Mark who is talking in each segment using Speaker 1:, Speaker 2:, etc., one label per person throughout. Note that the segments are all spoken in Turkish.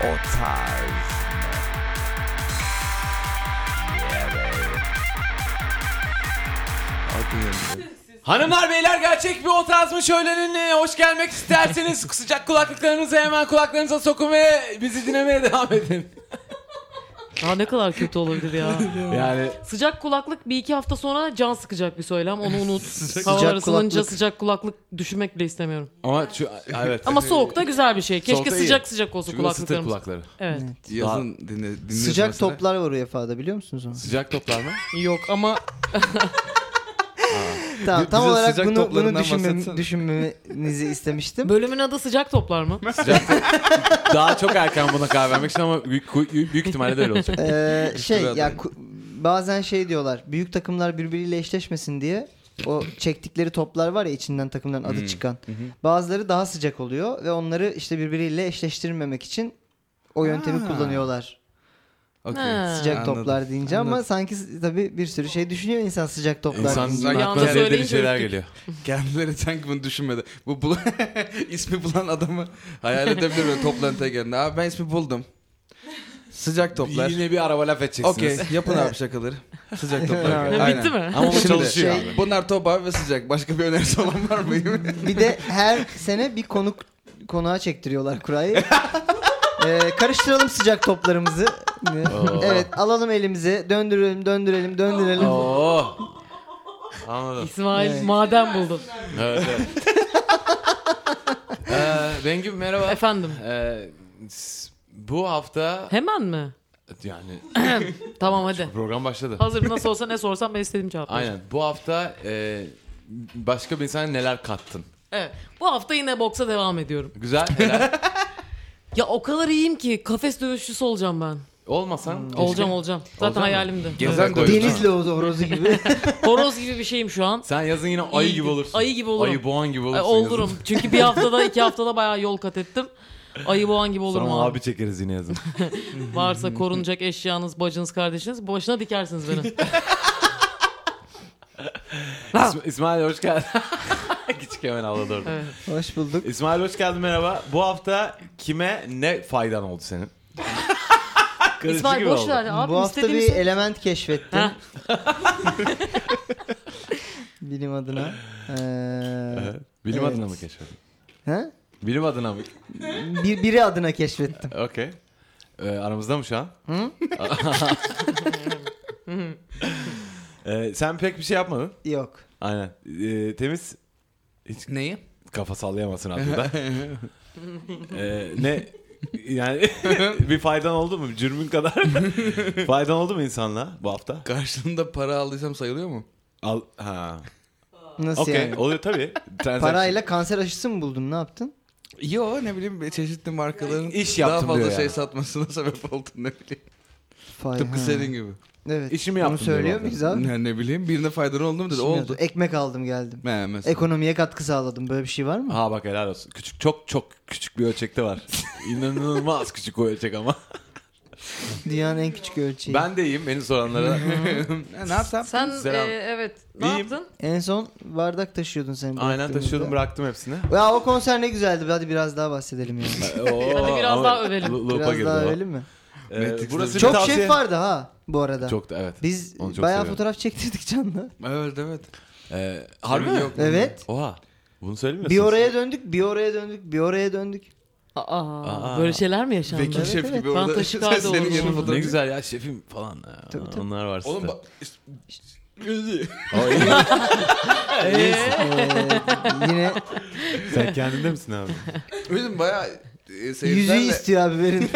Speaker 1: O tarz mı? Evet. Hadi.
Speaker 2: Hanımlar beyler gerçek bir otaz mı şöylenin e, hoş gelmek isterseniz sıcak kulaklıklarınızı hemen kulaklarınıza sokun ve bizi dinlemeye devam edin.
Speaker 3: Aa, ne kadar kötü olabilir ya.
Speaker 2: Yani
Speaker 3: sıcak kulaklık bir iki hafta sonra can sıkacak bir söylem. Onu unut. Havalar
Speaker 1: Sıcak
Speaker 3: ısınınca
Speaker 1: kulaklık.
Speaker 3: sıcak kulaklık düşünmek bile istemiyorum.
Speaker 2: ama şu, evet.
Speaker 3: Ama soğukta güzel bir şey. Keşke
Speaker 2: Soğukta iyi.
Speaker 3: sıcak sıcak olsa
Speaker 2: Çünkü ısıtır
Speaker 3: kulaklıklarımız.
Speaker 2: kulakları.
Speaker 3: Evet.
Speaker 4: Yazın
Speaker 2: dinle, dinliyorsun
Speaker 4: Sıcak
Speaker 2: mesela.
Speaker 4: toplar var UEFA'da biliyor musunuz onu?
Speaker 2: Sıcak toplar mı?
Speaker 3: Yok ama
Speaker 4: Tam,
Speaker 5: Bi-
Speaker 4: tam
Speaker 5: bize
Speaker 4: olarak
Speaker 5: sıcak
Speaker 4: bunu, bunu
Speaker 5: toplarından
Speaker 4: düşünmem-
Speaker 5: bahsetsene.
Speaker 4: düşünmenizi istemiştim.
Speaker 3: bölümün adı sıcak toplar mı?
Speaker 2: Sıcak top- Daha çok erken buna karar vermek için ama büyük, büyük, büyük ihtimalle de öyle olacak.
Speaker 4: Ee, şey
Speaker 5: Güzel
Speaker 4: ya
Speaker 5: adam.
Speaker 4: ku- bazen şey diyorlar. Büyük takımlar birbiriyle eşleşmesin diye o çektikleri toplar var ya içinden takımların
Speaker 5: Hmm,
Speaker 4: adı çıkan. Bazıları daha sıcak oluyor ve onları işte birbiriyle eşleştirmemek için o yöntemi
Speaker 2: Ha.
Speaker 4: kullanıyorlar.
Speaker 3: Ha.
Speaker 4: Sıcak
Speaker 5: anladım,
Speaker 4: toplar deyince ama
Speaker 5: anladım.
Speaker 4: sanki s- tabii bir sürü şey düşünüyor insan sıcak toplar. deyince.
Speaker 2: İnsanın
Speaker 5: Yalnız
Speaker 2: aklına zevkleri
Speaker 3: söyleyince
Speaker 2: şeyler
Speaker 3: ürktük.
Speaker 2: geliyor.
Speaker 5: Kendileri sanki bunu düşünmedi. Bu bul ismi bulan adamı hayal edebilir mi toplantıya geldiğinde? Abi ben ismi buldum. Sıcak toplar.
Speaker 2: Yine bir araba laf edeceksiniz.
Speaker 5: Okey yapın abi şakaları. Sıcak toplar.
Speaker 3: Ya,
Speaker 5: Aynen.
Speaker 3: bitti mi?
Speaker 2: Ama bu
Speaker 5: Şimdi
Speaker 2: çalışıyor
Speaker 4: şey-
Speaker 2: abi.
Speaker 5: Bunlar top abi ve sıcak. Başka bir önerisi olan var mı?
Speaker 4: Bir de her sene bir konuk konuğa çektiriyorlar kurayı. Ee, karıştıralım sıcak toplarımızı. evet alalım elimizi döndürelim döndürelim döndürelim.
Speaker 2: Oo. Anladım.
Speaker 3: İsmail
Speaker 4: Evet.
Speaker 3: maden buldu.
Speaker 2: Evet, evet. ee, Bengü merhaba.
Speaker 3: Efendim.
Speaker 2: Ee, s- bu hafta
Speaker 3: Hemen mi?
Speaker 2: yani
Speaker 3: Tamam hadi.
Speaker 2: program başladı.
Speaker 3: Hazır nasıl olsa ne sorsam ben istediğim cevap vereceğim.
Speaker 2: Aynen. Bu hafta e, başka bir insana neler kattın?
Speaker 3: Evet. Bu hafta yine boksa devam ediyorum.
Speaker 2: Güzel. Helal.
Speaker 3: Ya o kadar iyiyim ki kafes dövüşçüsü olacağım ben. Hmm.
Speaker 2: Olmasan. keşke-
Speaker 3: Olacağım olacağım. Zaten
Speaker 2: Olacak mı?
Speaker 3: hayalimdi.
Speaker 2: Yazan
Speaker 3: Evet.
Speaker 2: koyuyorsun.
Speaker 4: Denizli ozu horozu gibi.
Speaker 3: Horoz gibi bir şeyim şu an.
Speaker 2: Sen yazın yine ayı
Speaker 3: İyi.
Speaker 2: gibi olursun.
Speaker 3: Ayı gibi olurum.
Speaker 2: Ayı boğan gibi
Speaker 3: E,
Speaker 2: olursun.
Speaker 3: olurum.
Speaker 2: yazın.
Speaker 3: Çünkü bir haftada iki haftada bayağı yol kat ettim. Ayı boğan gibi olurum
Speaker 2: Sonra
Speaker 3: abi.
Speaker 2: abi çekeriz yine yazın.
Speaker 3: Varsa korunacak eşyanız, bacınız, kardeşiniz başına dikersiniz beni.
Speaker 2: İsm- İsmail hoş geldin. Küçük hemen ağladı orada.
Speaker 3: Evet.
Speaker 4: Hoş bulduk.
Speaker 2: İsmail hoş geldin merhaba. Bu hafta kime ne faydan oldu senin? Karışık
Speaker 3: İsmail
Speaker 2: şey gibi
Speaker 3: boş
Speaker 2: oldu.
Speaker 3: ver abi
Speaker 4: Bu hafta
Speaker 3: istediğim
Speaker 4: bir
Speaker 3: şey-
Speaker 4: element keşfettim.
Speaker 3: Ha.
Speaker 4: Bilim adına. Ee,
Speaker 2: Bilim
Speaker 4: Evet.
Speaker 2: adına mı keşfettin?
Speaker 4: ha?
Speaker 2: Bilim adına mı?
Speaker 4: Bir, biri adına keşfettim.
Speaker 2: Okey. Ee, aramızda mı şu an? Ee, sen pek bir şey yapmadın.
Speaker 4: Yok.
Speaker 2: Aynen. Ee, temiz. Hiç
Speaker 5: Neyi?
Speaker 2: kafa sallayamazsın aslında. ee, ne? Yani bir faydan oldu mu? Cürmün kadar. faydan oldu mu insanla bu hafta?
Speaker 5: Karşılığında para aldıysam sayılıyor mu?
Speaker 2: Al, ha.
Speaker 4: Nasıl
Speaker 2: Okey.
Speaker 4: yani?
Speaker 2: Oluyor tabii. Transaction.
Speaker 4: Parayla kanser aşısı mı buldun? Ne yaptın?
Speaker 5: Yo ne bileyim çeşitli markaların
Speaker 2: İş
Speaker 5: daha
Speaker 2: yaptım
Speaker 5: fazla
Speaker 2: diyor
Speaker 5: şey
Speaker 2: yani.
Speaker 5: satmasına sebep oldun ne bileyim.
Speaker 4: Fay,
Speaker 5: Tıpkı
Speaker 4: ha.
Speaker 5: senin gibi.
Speaker 4: Evet.
Speaker 2: İşimi
Speaker 4: Bunu
Speaker 2: yaptım diyor
Speaker 4: söylüyor
Speaker 2: bana.
Speaker 4: muyuz abi?
Speaker 5: Ne, ne bileyim birine faydan oldu mu dedi.
Speaker 4: İşimi
Speaker 5: Oldu.
Speaker 4: yaptım. Ekmek aldım geldim.
Speaker 5: He, mesela.
Speaker 4: Ekonomiye katkı sağladım. Böyle bir şey var mı?
Speaker 2: Ha bak helal olsun. Küçük çok çok küçük bir ölçekte var. İnanılmaz küçük o ölçek ama.
Speaker 4: Dünyanın en küçük ölçeği.
Speaker 2: Ben de iyiyim beni soranlara.
Speaker 5: ne ne yapsam?
Speaker 3: Sen
Speaker 2: Selam.
Speaker 3: e, evet ne
Speaker 2: İyiyim.
Speaker 3: yaptın?
Speaker 4: En son bardak taşıyordun sen.
Speaker 2: Aynen
Speaker 4: bıraktığımızda.
Speaker 2: taşıyordum bıraktım hepsini.
Speaker 4: Ya o konser ne güzeldi. Hadi biraz daha bahsedelim yani.
Speaker 2: Oo,
Speaker 3: biraz
Speaker 2: ama
Speaker 3: daha övelim.
Speaker 2: lo- loop'a
Speaker 4: biraz
Speaker 2: girdi
Speaker 4: daha
Speaker 2: o.
Speaker 4: öyle mi?
Speaker 2: Ee,
Speaker 5: Netflix'te
Speaker 2: burası bir
Speaker 4: Çok
Speaker 2: tavsiye.
Speaker 4: şef vardı ha bu arada.
Speaker 2: Çok da evet.
Speaker 4: Biz
Speaker 2: Onu çok
Speaker 4: bayağı
Speaker 2: seviyorum.
Speaker 4: fotoğraf çektirdik canlı.
Speaker 5: Evet evet.
Speaker 2: Ee, harbi
Speaker 5: Sorun
Speaker 2: mi?
Speaker 5: yok.
Speaker 4: Evet.
Speaker 2: Oha. Bunu söylemiyorsun.
Speaker 4: Bir oraya döndük, bir oraya döndük, bir oraya döndük.
Speaker 3: Aa,
Speaker 2: Aa. şey-
Speaker 3: böyle şeyler mi yaşandı?
Speaker 5: Vekil şef
Speaker 4: evet.
Speaker 5: gibi
Speaker 3: Ben
Speaker 5: orada
Speaker 3: taşı kaldı
Speaker 5: senin
Speaker 3: oğlum.
Speaker 5: yerine
Speaker 3: Ne
Speaker 5: fotoğraf.
Speaker 2: Ne güzel ya şefim falan. ya.
Speaker 4: Tabii, tabii.
Speaker 2: Onlar var
Speaker 5: Oğlum
Speaker 2: sizde.
Speaker 5: bak. işte-
Speaker 2: O iyi.
Speaker 4: Ee, yine
Speaker 2: Sen kendinde misin abi?
Speaker 5: Bizim bayağı e,
Speaker 4: yüzüğü
Speaker 5: seyircilerle
Speaker 4: istiyor abi verin.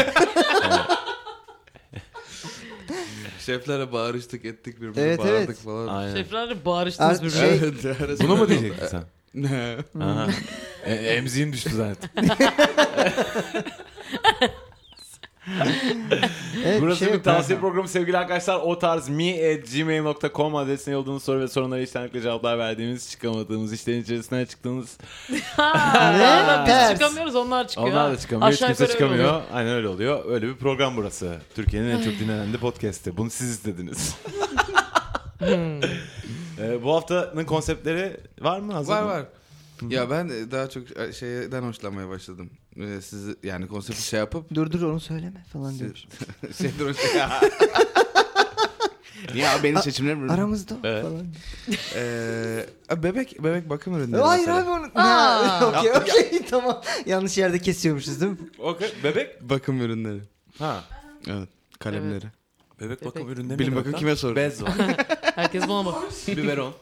Speaker 5: şeflere bağırıştık ettik birbirimize
Speaker 4: Evet,
Speaker 5: bağırdık
Speaker 4: evet.
Speaker 5: falan.
Speaker 2: Aynen.
Speaker 3: Şeflerle bağırıştınız
Speaker 4: Ar-
Speaker 3: birbirine.
Speaker 4: Şey-
Speaker 5: Evet, arası-
Speaker 2: Bunu mu diyecektin sen?
Speaker 5: Ne?
Speaker 2: Aha. E, emziğin düştü zannettim.
Speaker 4: Evet,
Speaker 2: Burası
Speaker 4: şey
Speaker 2: bir
Speaker 4: yok.
Speaker 2: tavsiye programı sevgili arkadaşlar. O tarz me@gmail.com adresine yolladığınız soru ve sorunlara içtenlikle cevaplar verdiğimiz, çıkamadığımız, işlerin içerisinden çıktığınız.
Speaker 3: Ha,
Speaker 4: Ters.
Speaker 3: biz çıkamıyoruz onlar çıkıyor.
Speaker 2: Onlar
Speaker 3: ha.
Speaker 2: da çıkamıyor, hiç
Speaker 3: Aşağı
Speaker 2: kimse
Speaker 3: yukarı öyle
Speaker 2: çıkamıyor.
Speaker 3: oluyor.
Speaker 2: Aynen öyle oluyor. Öyle bir program burası. Türkiye'nin en çok dinlenen de podcast'i. Bunu siz istediniz. Hmm. Ee, bu haftanın konseptleri var mı? Hazır
Speaker 5: Var
Speaker 2: mı?
Speaker 5: var. Ya ben de daha çok e, şeyden hoşlanmaya başladım. Ee, sizi yani konsepti şey yapıp Şey,
Speaker 4: Dur dur onu söyleme falan diyor.
Speaker 5: şeyden hoş- ya. Niye abi benim seçimlerim?
Speaker 4: Aramızda o
Speaker 2: Evet.
Speaker 4: falan.
Speaker 5: Ee, bebek bebek bakım ürünleri.
Speaker 4: Hayır
Speaker 5: mesela.
Speaker 4: abi onu.
Speaker 3: Aa.
Speaker 4: Ha, Okey okey tamam. Yanlış yerde kesiyormuşuz değil mi?
Speaker 2: Okey. Bebek.
Speaker 5: Bakım ürünleri.
Speaker 2: Ha.
Speaker 5: Evet. Kalemleri.
Speaker 2: Bebek bakım ürünleri.
Speaker 5: Bilin
Speaker 2: ne
Speaker 5: bakın
Speaker 2: lan?
Speaker 5: kime sor.
Speaker 2: Bez var.
Speaker 3: Herkes buna bak.
Speaker 2: Biberon.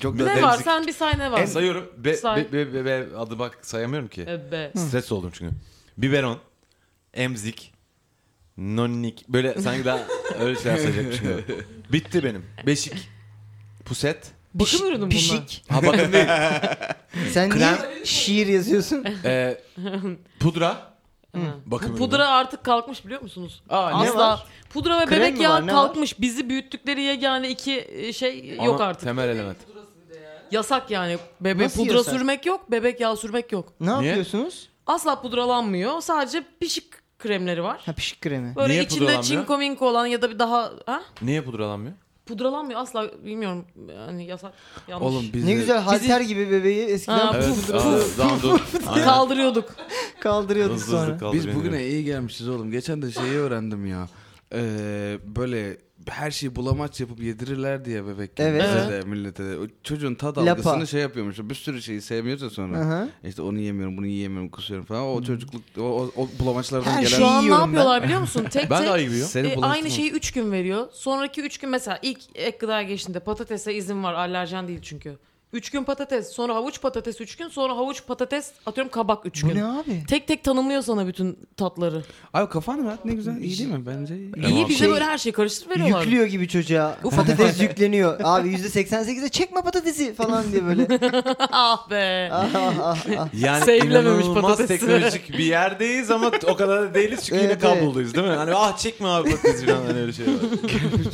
Speaker 5: Çok
Speaker 3: Ne var? Sen bir say ne var?
Speaker 2: En sayıyorum. Be, be,
Speaker 3: Say.
Speaker 2: be, be, be- adı bak sayamıyorum ki.
Speaker 3: Ebe.
Speaker 2: Stres oldum çünkü. Biberon. Emzik. Nonnik. Böyle sanki daha öyle şeyler söyleyecekmişim gibi. Bitti benim. Beşik. Puset.
Speaker 3: Bakım ürünü mü bunlar?
Speaker 4: Pişik.
Speaker 2: Ha bakın değil.
Speaker 4: Sen
Speaker 2: Krem.
Speaker 4: niye şiir yazıyorsun?
Speaker 2: Ee, pudra.
Speaker 3: Ha.
Speaker 2: Bakım
Speaker 3: Bu
Speaker 2: ürünü.
Speaker 3: pudra artık kalkmış biliyor musunuz?
Speaker 2: Aa, ne var?
Speaker 3: Asla. Pudra ve
Speaker 4: Krem
Speaker 3: bebek
Speaker 4: mi
Speaker 3: yağı
Speaker 4: var, ne
Speaker 3: kalkmış. Bizi büyüttükleri yegane iki e, şey
Speaker 2: Ana-
Speaker 3: yok artık.
Speaker 2: Temel element.
Speaker 3: Yasak yani. Bebe
Speaker 4: Nasıl
Speaker 3: pudra
Speaker 4: yasak?
Speaker 3: sürmek yok, bebek yağı sürmek yok.
Speaker 4: Ne yapıyorsunuz?
Speaker 3: Asla pudralanmıyor. Sadece pişik kremleri var.
Speaker 4: Ha pişik kremi.
Speaker 3: Böyle
Speaker 2: Niye
Speaker 3: içinde
Speaker 2: pudralanmıyor?
Speaker 3: çinko minko olan ya da bir daha ha?
Speaker 2: Niye pudralanmıyor?
Speaker 3: Pudralanmıyor asla bilmiyorum. Yani yasak. Yanlış.
Speaker 5: Oğlum biz
Speaker 4: Ne
Speaker 5: de-
Speaker 4: güzel halter gibi bebeği eskiden
Speaker 3: Aa,
Speaker 4: puf
Speaker 2: Evet.
Speaker 3: Puf,
Speaker 2: aa,
Speaker 3: puf,
Speaker 2: zaman dur. Aynen.
Speaker 3: kaldırıyorduk.
Speaker 4: kaldırıyorduk
Speaker 2: Hızlı
Speaker 4: sonra.
Speaker 2: hızlı kaldır
Speaker 5: Biz
Speaker 2: beni
Speaker 5: bugüne
Speaker 2: diyor.
Speaker 5: iyi gelmişiz oğlum. Geçen de şeyi öğrendim ya. Ee, böyle her şeyi bulamaç yapıp yedirirler diye bebekken
Speaker 4: Evet.
Speaker 5: bize de millete de. O çocuğun tad
Speaker 4: Lapa.
Speaker 5: algısını şey yapıyormuş. Bir sürü şeyi sevmiyoruz ya sonra.
Speaker 4: Aha.
Speaker 5: İşte onu yemiyorum, bunu yiyemiyorum, kusuyorum falan. O çocukluk, o, o, o bulamaçlardan
Speaker 4: Her
Speaker 5: gelen...
Speaker 4: şey
Speaker 3: Şu an ne
Speaker 4: yiyorum ben.
Speaker 3: yapıyorlar biliyor musun? Tek
Speaker 2: Ben de
Speaker 3: tek
Speaker 2: ayı yiyorum.
Speaker 5: Seni
Speaker 3: e,
Speaker 5: bulaştırma.
Speaker 3: aynı şeyi 3 gün veriyor. Sonraki 3 gün mesela ilk ek gıda geçtiğinde patatese izin var. Alerjen değil çünkü. 3 gün patates, sonra havuç patates 3 gün, sonra havuç patates atıyorum kabak 3
Speaker 4: Bu ne
Speaker 3: gün.
Speaker 4: abi?
Speaker 3: Tek tek tanımlıyor sana bütün tatları.
Speaker 5: Abi kafan rahat ne güzel. İyi değil mi? Bence iyi.
Speaker 3: İyi bize
Speaker 4: Şey-
Speaker 3: böyle her şeyi karıştırıp veriyorlar.
Speaker 4: Yüklüyor gibi çocuğa.
Speaker 3: Ufak
Speaker 4: Patates
Speaker 3: ufak.
Speaker 4: yükleniyor. Abi %88'e çekme patatesi falan diye böyle.
Speaker 3: ah be.
Speaker 4: ah, ah, ah.
Speaker 2: Yani
Speaker 3: Sevlememiş
Speaker 2: inanılmaz
Speaker 3: patatesi.
Speaker 2: teknolojik bir yerdeyiz ama o kadar da değiliz çünkü yine
Speaker 4: Evet,
Speaker 2: kabloluyuz değil mi? Hani ah çekme abi patatesi falan hani öyle şey var.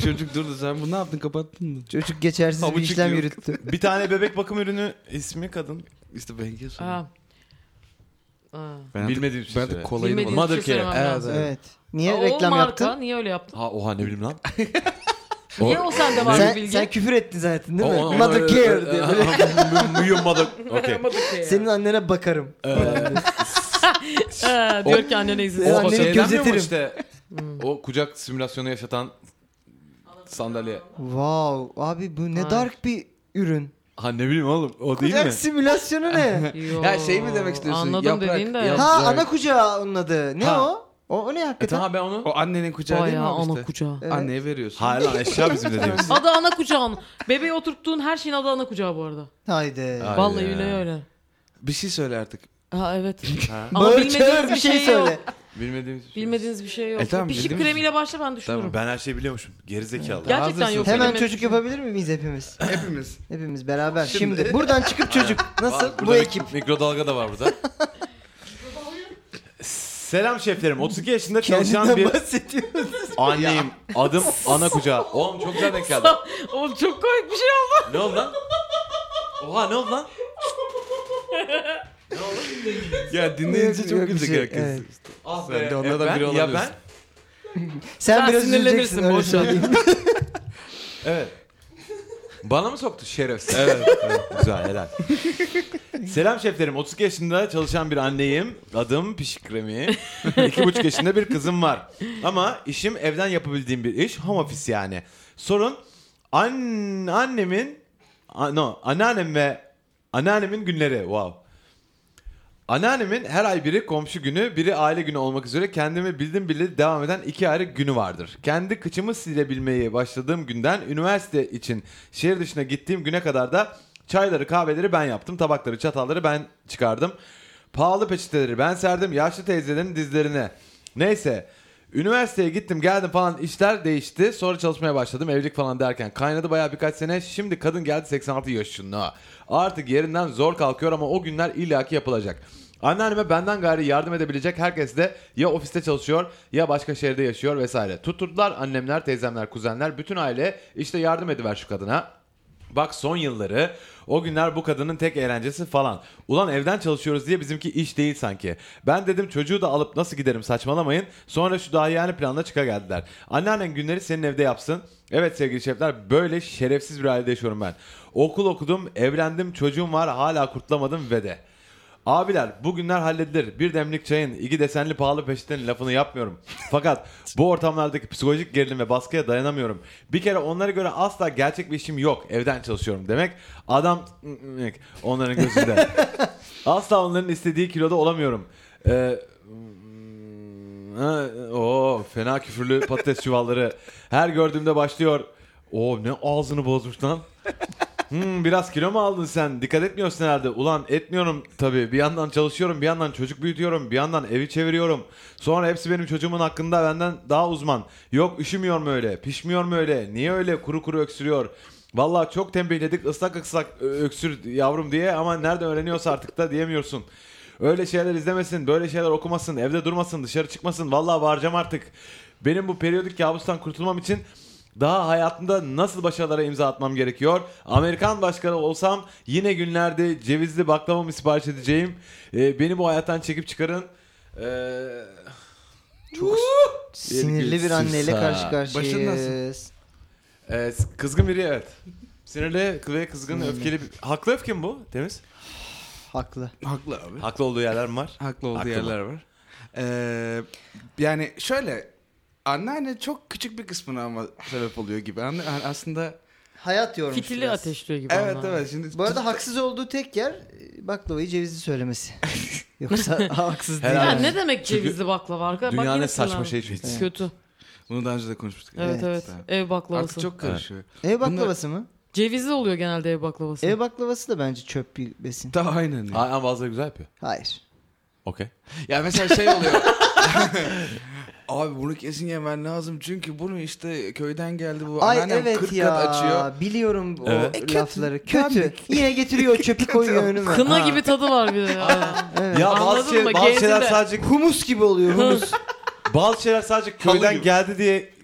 Speaker 5: Çocuk durdu sen bunu ne yaptın kapattın mı?
Speaker 4: Çocuk geçersiz bir
Speaker 5: Havuç
Speaker 4: işlem
Speaker 5: yok.
Speaker 4: yürüttü.
Speaker 2: Bir tane bebek bakım ürünü ismi kadın.
Speaker 5: İşte ben geçiyorum.
Speaker 3: Aa. Aa.
Speaker 5: Ben
Speaker 2: Bilmediğim
Speaker 5: Bilmediğim
Speaker 2: bir
Speaker 5: şey.
Speaker 2: şey
Speaker 5: Ben de
Speaker 2: söyle.
Speaker 5: kolayını
Speaker 3: Bilmediğim
Speaker 5: buldum.
Speaker 2: Mother
Speaker 3: bir şey
Speaker 2: care.
Speaker 3: söylemem
Speaker 5: Evet,
Speaker 3: lazım.
Speaker 4: Evet. Niye
Speaker 3: Aa, o
Speaker 4: reklam
Speaker 3: marka,
Speaker 4: yaptın?
Speaker 3: Niye öyle yaptın?
Speaker 2: Ha oha ne bileyim lan.
Speaker 3: Niye o sende var bir
Speaker 4: Sen,
Speaker 3: bilgi?
Speaker 4: sen küfür ettin zaten değil mi?
Speaker 2: O- o-
Speaker 4: Mother
Speaker 2: o-
Speaker 4: care diye. böyle.
Speaker 2: Müyüm mother. Okey.
Speaker 4: Senin annene bakarım.
Speaker 3: Ee, diyor ki annene izin.
Speaker 4: O-
Speaker 3: ver.
Speaker 4: Anneni
Speaker 2: şeyden mi o
Speaker 4: gözetirim. Hmm.
Speaker 2: işte o kucak simülasyonu yaşatan sandalye.
Speaker 4: Wow abi bu ne
Speaker 3: Hayır.
Speaker 4: dark bir ürün.
Speaker 2: Ha ne bileyim oğlum o değil
Speaker 4: Kucak
Speaker 2: mi?
Speaker 4: simülasyonu ne?
Speaker 3: Yo,
Speaker 5: Ya şey mi demek istiyorsun?
Speaker 3: Anladım
Speaker 5: Yaprak,
Speaker 3: dediğin de.
Speaker 5: yap-
Speaker 4: ha
Speaker 5: Evet.
Speaker 4: ana kucağı onun adı. Ne
Speaker 2: Ha.
Speaker 4: o? o? O ne
Speaker 2: E,
Speaker 4: hakikaten?
Speaker 2: tamam ben onu.
Speaker 5: O annenin kucağı değil mi
Speaker 3: Bayağı
Speaker 5: abi
Speaker 3: ana
Speaker 5: işte?
Speaker 3: kucağı.
Speaker 4: Evet.
Speaker 5: Anneye veriyorsun.
Speaker 2: Hayır lan eşya bizim dediğimiz.
Speaker 3: Adı ana kucağın. Bebeği oturttuğun her şeyin adı ana kucağı bu arada.
Speaker 4: Haydi.
Speaker 2: Ha. Hayda.
Speaker 3: Vallahi öyle öyle.
Speaker 5: Bir şey söyle artık.
Speaker 3: Ha evet.
Speaker 2: Ha.
Speaker 3: Ama
Speaker 4: Bağır
Speaker 3: bilmediğiniz
Speaker 4: çağır
Speaker 3: bir şey
Speaker 4: söyle.
Speaker 3: yok.
Speaker 2: Bilmediğimiz. bir şey.
Speaker 3: Bilmediğiniz bir şey yok.
Speaker 5: E, tamam,
Speaker 3: Pişik
Speaker 5: bildiğimiz-
Speaker 3: kremiyle başla ben düşünürüm.
Speaker 5: Tamam,
Speaker 2: Ben her şeyi biliyormuşum. Gerizekalı.
Speaker 5: Ya-
Speaker 3: Gerçekten yok.
Speaker 5: Hazırsın.
Speaker 4: Hemen
Speaker 3: öyle. şey.
Speaker 4: çocuk yapabilir miyiz hepimiz?
Speaker 5: Hepimiz.
Speaker 4: Hepimiz beraber. Şimdi,
Speaker 5: Şimdi.
Speaker 4: buradan çıkıp çocuk. Nasıl?
Speaker 2: Var, burada
Speaker 4: Bu
Speaker 2: mik-
Speaker 4: ekip.
Speaker 2: Mikrodalga da var burada. Selam şeflerim. 32 yaşında çalışan bir
Speaker 4: Kendinden bahsediyor.
Speaker 2: anneyim. Adım ana kucağı. Oğlum çok güzel denk geldi.
Speaker 3: Oğlum çok komik bir şey oldu.
Speaker 2: Ne oldu lan? Oha ne oldu lan?
Speaker 5: Ya
Speaker 4: dinleyince
Speaker 5: dinleyince
Speaker 4: çok
Speaker 5: çok
Speaker 4: gülecek
Speaker 5: gülecek
Speaker 4: herkes.
Speaker 5: herkes.
Speaker 2: Ah
Speaker 5: Sen de onlardan
Speaker 2: e ben,
Speaker 5: biri
Speaker 2: Ya
Speaker 5: olabilirsin.
Speaker 2: ben?
Speaker 4: Sen,
Speaker 3: Sen
Speaker 4: biraz
Speaker 3: sinirlenirsin,
Speaker 4: üzüleceksin. öyle
Speaker 3: boş ver.
Speaker 4: söyleyeyim.
Speaker 2: Evet. Bana mı soktu şerefsiz? Evet. Güzel helal. Selam şeflerim. 32 yaşında çalışan bir anneyim. Adım Pişik Remi. 2,5 yaşında bir kızım var. Ama işim evden yapabildiğim bir iş. Home office yani. Sorun an- annemin a- no anneannem ve anneannemin günleri. Wow. Anneannemin her ay biri komşu günü, biri aile günü olmak üzere kendimi bildim bileli devam eden iki ayrı günü vardır. Kendi kıçımı silebilmeyi başladığım günden üniversite için şehir dışına gittiğim güne kadar da çayları, kahveleri ben yaptım, tabakları, çatalları ben çıkardım. Pahalı peçeteleri ben serdim, yaşlı teyzelerin dizlerine. Neyse, üniversiteye gittim geldim falan işler değişti. Sonra çalışmaya başladım evlilik falan derken. Kaynadı bayağı birkaç sene. Şimdi kadın geldi 86 yaşına. Artık yerinden zor kalkıyor ama o günler illaki yapılacak. Anneanneme benden gayri yardım edebilecek herkes de ya ofiste çalışıyor ya başka şehirde yaşıyor vesaire. Tutturdular annemler, teyzemler, kuzenler, bütün aile işte yardım ediver şu kadına. Bak son yılları o günler bu kadının tek eğlencesi falan. Ulan evden çalışıyoruz diye bizimki iş değil sanki. Ben dedim çocuğu da alıp nasıl giderim saçmalamayın. Sonra şu daha yani planla çıka geldiler. Anneannen günleri senin evde yapsın. Evet sevgili şefler böyle şerefsiz bir halde yaşıyorum ben. Okul okudum, evlendim, çocuğum var hala kurtulamadım ve de. Abiler bugünler halledilir. Bir demlik çayın, iki desenli pahalı peşten lafını yapmıyorum. Fakat bu ortamlardaki psikolojik gerilim ve baskıya dayanamıyorum. Bir kere onlara göre asla gerçek bir işim yok. Evden çalışıyorum demek. Adam onların gözünde. asla onların istediği kiloda olamıyorum. Ee, Ha, Oo fena küfürlü patates çuvalları. Her gördüğümde başlıyor. Oo ne ağzını bozmuş lan. Hmm, biraz kilo mu aldın sen? Dikkat etmiyorsun herhalde. Ulan etmiyorum tabii. Bir yandan çalışıyorum, bir yandan çocuk büyütüyorum, bir yandan evi çeviriyorum. Sonra hepsi benim çocuğumun hakkında benden daha uzman. Yok üşümüyor mu öyle? Pişmiyor mu öyle? Niye öyle kuru kuru öksürüyor? Vallahi çok tembihledik ıslak ıslak ö- öksür yavrum diye ama nerede öğreniyorsa artık da diyemiyorsun. Öyle şeyler izlemesin, böyle şeyler okumasın, evde durmasın, dışarı çıkmasın. Vallahi bağıracağım artık. Benim bu periyodik kabustan kurtulmam için daha hayatımda nasıl başarılara imza atmam gerekiyor? Amerikan başkanı olsam yine günlerde cevizli baklavamı sipariş edeceğim. Ee, beni bu hayattan çekip çıkarın. Ee,
Speaker 4: Sinirli bir anneyle
Speaker 5: Sırsa.
Speaker 4: karşı
Speaker 5: Başın
Speaker 4: karşıyayız.
Speaker 2: e, kızgın biri evet. Sinirli ve kızgın, öfkeli. bir- Haklı öfke mi bu? Temiz.
Speaker 4: Haklı.
Speaker 5: Haklı abi.
Speaker 2: Haklı olduğu yerler mi var?
Speaker 5: Haklı olduğu
Speaker 2: Haklı
Speaker 5: yerler var. Ee, yani şöyle anneanne çok küçük bir kısmına ama sebep oluyor gibi. Anne, yani aslında
Speaker 4: Hayat yormuş
Speaker 3: Fitili
Speaker 4: biraz.
Speaker 3: ateşliyor gibi.
Speaker 5: evet
Speaker 3: onlar.
Speaker 5: evet şimdi
Speaker 4: Bu arada haksız olduğu tek yer e, baklavayı cevizli söylemesi. Yoksa haksız değil.
Speaker 3: Ya
Speaker 2: Herhalde.
Speaker 4: yani.
Speaker 3: ne demek
Speaker 2: Çünkü
Speaker 3: cevizli baklava arkadaş? Bak
Speaker 2: Dünyanın
Speaker 3: yine
Speaker 2: en saçma
Speaker 3: sinirlendim.
Speaker 2: şeyi çünkü.
Speaker 3: Kötü.
Speaker 5: bunu daha önce de konuşmuştuk.
Speaker 3: Evet evet. Ev baklavası.
Speaker 5: Artık çok karışıyor.
Speaker 4: Ev baklavası mı?
Speaker 3: Cevizli oluyor genelde ev baklavası.
Speaker 4: Ev baklavası da bence çöp bir besin.
Speaker 5: Daha aynen. ya.
Speaker 2: Aynen bazıları güzel yapıyor.
Speaker 4: Hayır.
Speaker 2: Okey.
Speaker 5: Ya mesela şey oluyor. Abi bunu kesin yemen lazım çünkü bunu işte köyden geldi bu
Speaker 4: Ay
Speaker 5: anneannem
Speaker 4: evet
Speaker 5: 40
Speaker 4: ya.
Speaker 5: kat açıyor.
Speaker 4: Biliyorum o
Speaker 2: Evet.
Speaker 5: E, kötü.
Speaker 4: lafları.
Speaker 5: Lan
Speaker 4: Kötü. Yine getiriyor çöpü koyuyor önüme.
Speaker 3: Kına
Speaker 4: Ha,
Speaker 3: gibi tadı var bir de. ya.
Speaker 4: Evet.
Speaker 2: Ya
Speaker 3: Anladın
Speaker 2: bazı, şey-
Speaker 3: mı?
Speaker 2: bazı şeyler
Speaker 3: Gezdiler.
Speaker 2: sadece
Speaker 4: Humus gibi oluyor humus.
Speaker 2: bazı şeyler sadece
Speaker 5: Halı
Speaker 2: köyden
Speaker 5: gibi.
Speaker 2: geldi diye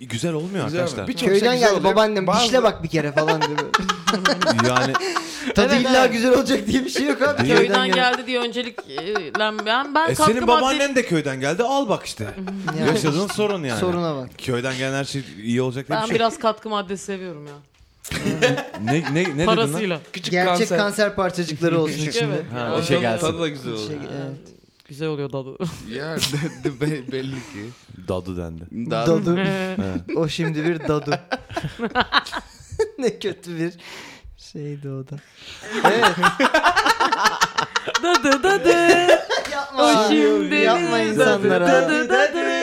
Speaker 2: güzel olmuyor
Speaker 5: Güzel mi?
Speaker 2: arkadaşlar.
Speaker 5: Birçok şey
Speaker 4: Köyden
Speaker 5: güzel
Speaker 4: geldi
Speaker 5: oluyor.
Speaker 4: babaannem
Speaker 5: Bazı-
Speaker 4: dişle bak bir kere falan diyor. böyle.
Speaker 2: yani
Speaker 4: Tadı
Speaker 3: Evet,
Speaker 4: illa
Speaker 3: evet.
Speaker 4: güzel olacak diye bir şey yok abi.
Speaker 3: Köyden geldi diye önceliklenmeyen ben
Speaker 2: e,
Speaker 3: katkı
Speaker 2: senin
Speaker 3: madde-
Speaker 2: babaannen de köyden geldi al bak işte.
Speaker 4: Yani
Speaker 2: Yaşadığın sorun yani.
Speaker 4: Soruna bak.
Speaker 2: Köyden gelen her şey iyi olacak diye bir
Speaker 3: Ben
Speaker 2: şey.
Speaker 3: biraz katkı maddesi seviyorum ya.
Speaker 2: Ne, ne, ne dedin lan?
Speaker 3: Parasıyla.
Speaker 5: Küçük
Speaker 4: Gerçek kanser,
Speaker 5: kanser.
Speaker 4: parçacıkları olsun
Speaker 3: Küçük,
Speaker 4: içinde.
Speaker 3: evet.
Speaker 2: Ha, o
Speaker 3: Evet,
Speaker 2: şey
Speaker 3: evet.
Speaker 2: gelsin.
Speaker 5: Tadı da güzel oluyor.
Speaker 4: Şey, evet.
Speaker 3: Güzel oluyor tadı.
Speaker 4: Şey.
Speaker 5: Ya de- de- be- belli ki.
Speaker 2: Dadu dendi.
Speaker 5: Daha-
Speaker 4: Dadu.
Speaker 3: Ee,
Speaker 4: o şimdi bir dadu. ne kötü bir şeydi o da. Evet.
Speaker 3: dadı dadı.
Speaker 4: Yapma.
Speaker 3: O şimdi
Speaker 4: Yapma
Speaker 3: bir
Speaker 4: insanlara.
Speaker 3: Dadı dadı.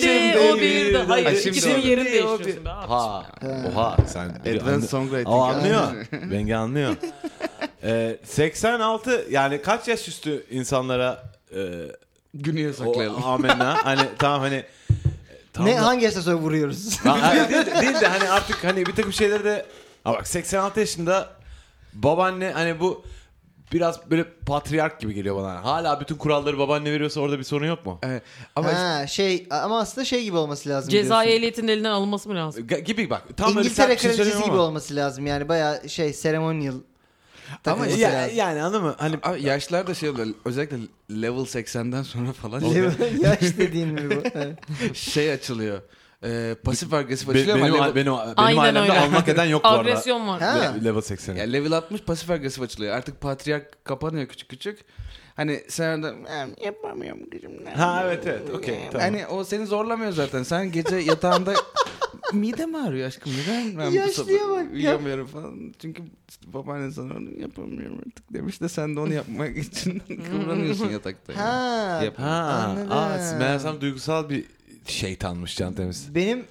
Speaker 3: Şimdi o bir dadı.
Speaker 5: Ha,
Speaker 3: Hayır
Speaker 5: şimdi
Speaker 3: ikisinin
Speaker 5: o-
Speaker 3: yerini
Speaker 2: o bir-
Speaker 3: değiştiriyorsun. be abi.
Speaker 2: Ha. Oha sen.
Speaker 5: Advanced songwriting.
Speaker 2: Aa, anlıyor. Bengi anlıyor. Ee, 86 yani kaç yaş üstü insanlara e,
Speaker 5: Günü yasaklayalım.
Speaker 2: o amenna hani tamam hani e, tam
Speaker 4: Ne
Speaker 2: da-
Speaker 4: hangi yaşta sonra vuruyoruz?
Speaker 2: Ha, hayır, değil, değil de hani artık hani bir takım şeyleri de Ha bak 86 yaşında babaanne hani bu biraz böyle patriark gibi geliyor bana. Hala bütün kuralları babaanne veriyorsa orada bir sorun yok mu?
Speaker 5: Evet. Ama
Speaker 4: ha şey ama aslında şey gibi olması lazım.
Speaker 3: Cezai
Speaker 4: biliyorsun.
Speaker 3: ehliyetin elinden alınması mı lazım?
Speaker 2: Ga- Gibi bak. Tam öyle sert
Speaker 4: İngiltere
Speaker 2: bir şey
Speaker 4: kraliçesi
Speaker 2: söylemiyorum
Speaker 4: gibi
Speaker 2: ama.
Speaker 4: olması lazım. Yani bayağı şey ceremonial.
Speaker 5: Ama
Speaker 4: takılması
Speaker 2: Ya-
Speaker 4: lazım.
Speaker 2: yani anladın mı? Hani
Speaker 5: Abi yaşlar da şey oluyor. Özellikle level 80'den sonra falan şey,
Speaker 4: Level- Yaş dediğin mi bu? Evet.
Speaker 5: şey açılıyor. Ee, pasif agresif
Speaker 2: be- benim,
Speaker 5: açılıyor ama
Speaker 2: benim,
Speaker 5: level,
Speaker 2: benim
Speaker 3: Aynen
Speaker 2: ailemde
Speaker 3: öyle.
Speaker 2: almak eden yok bu arada.
Speaker 3: Agresyon var.
Speaker 4: Ha.
Speaker 2: Le- Level 80.
Speaker 5: ya level 60 pasif agresif açılıyor. Artık patriark kapanıyor küçük küçük. Hani sen de "Ben yapamıyorum gücümle.
Speaker 2: Ha evet evet. Okey tamam.
Speaker 5: Hani o seni zorlamıyor zaten. Sen gece yatağında midem ağrıyor aşkım neden ben bu sabah
Speaker 4: Yaşlıya bak ya.
Speaker 5: uyuyamıyorum falan. Çünkü babaannen sana onu yapamıyorum artık demiş de sen de onu yapmak için kıvranıyorsun yatakta. yani.
Speaker 4: ha.
Speaker 5: Yap-
Speaker 2: ha.
Speaker 4: Anladım.
Speaker 2: Aa, meğersem duygusal bir şeytanmış Can Temiz.
Speaker 4: Benim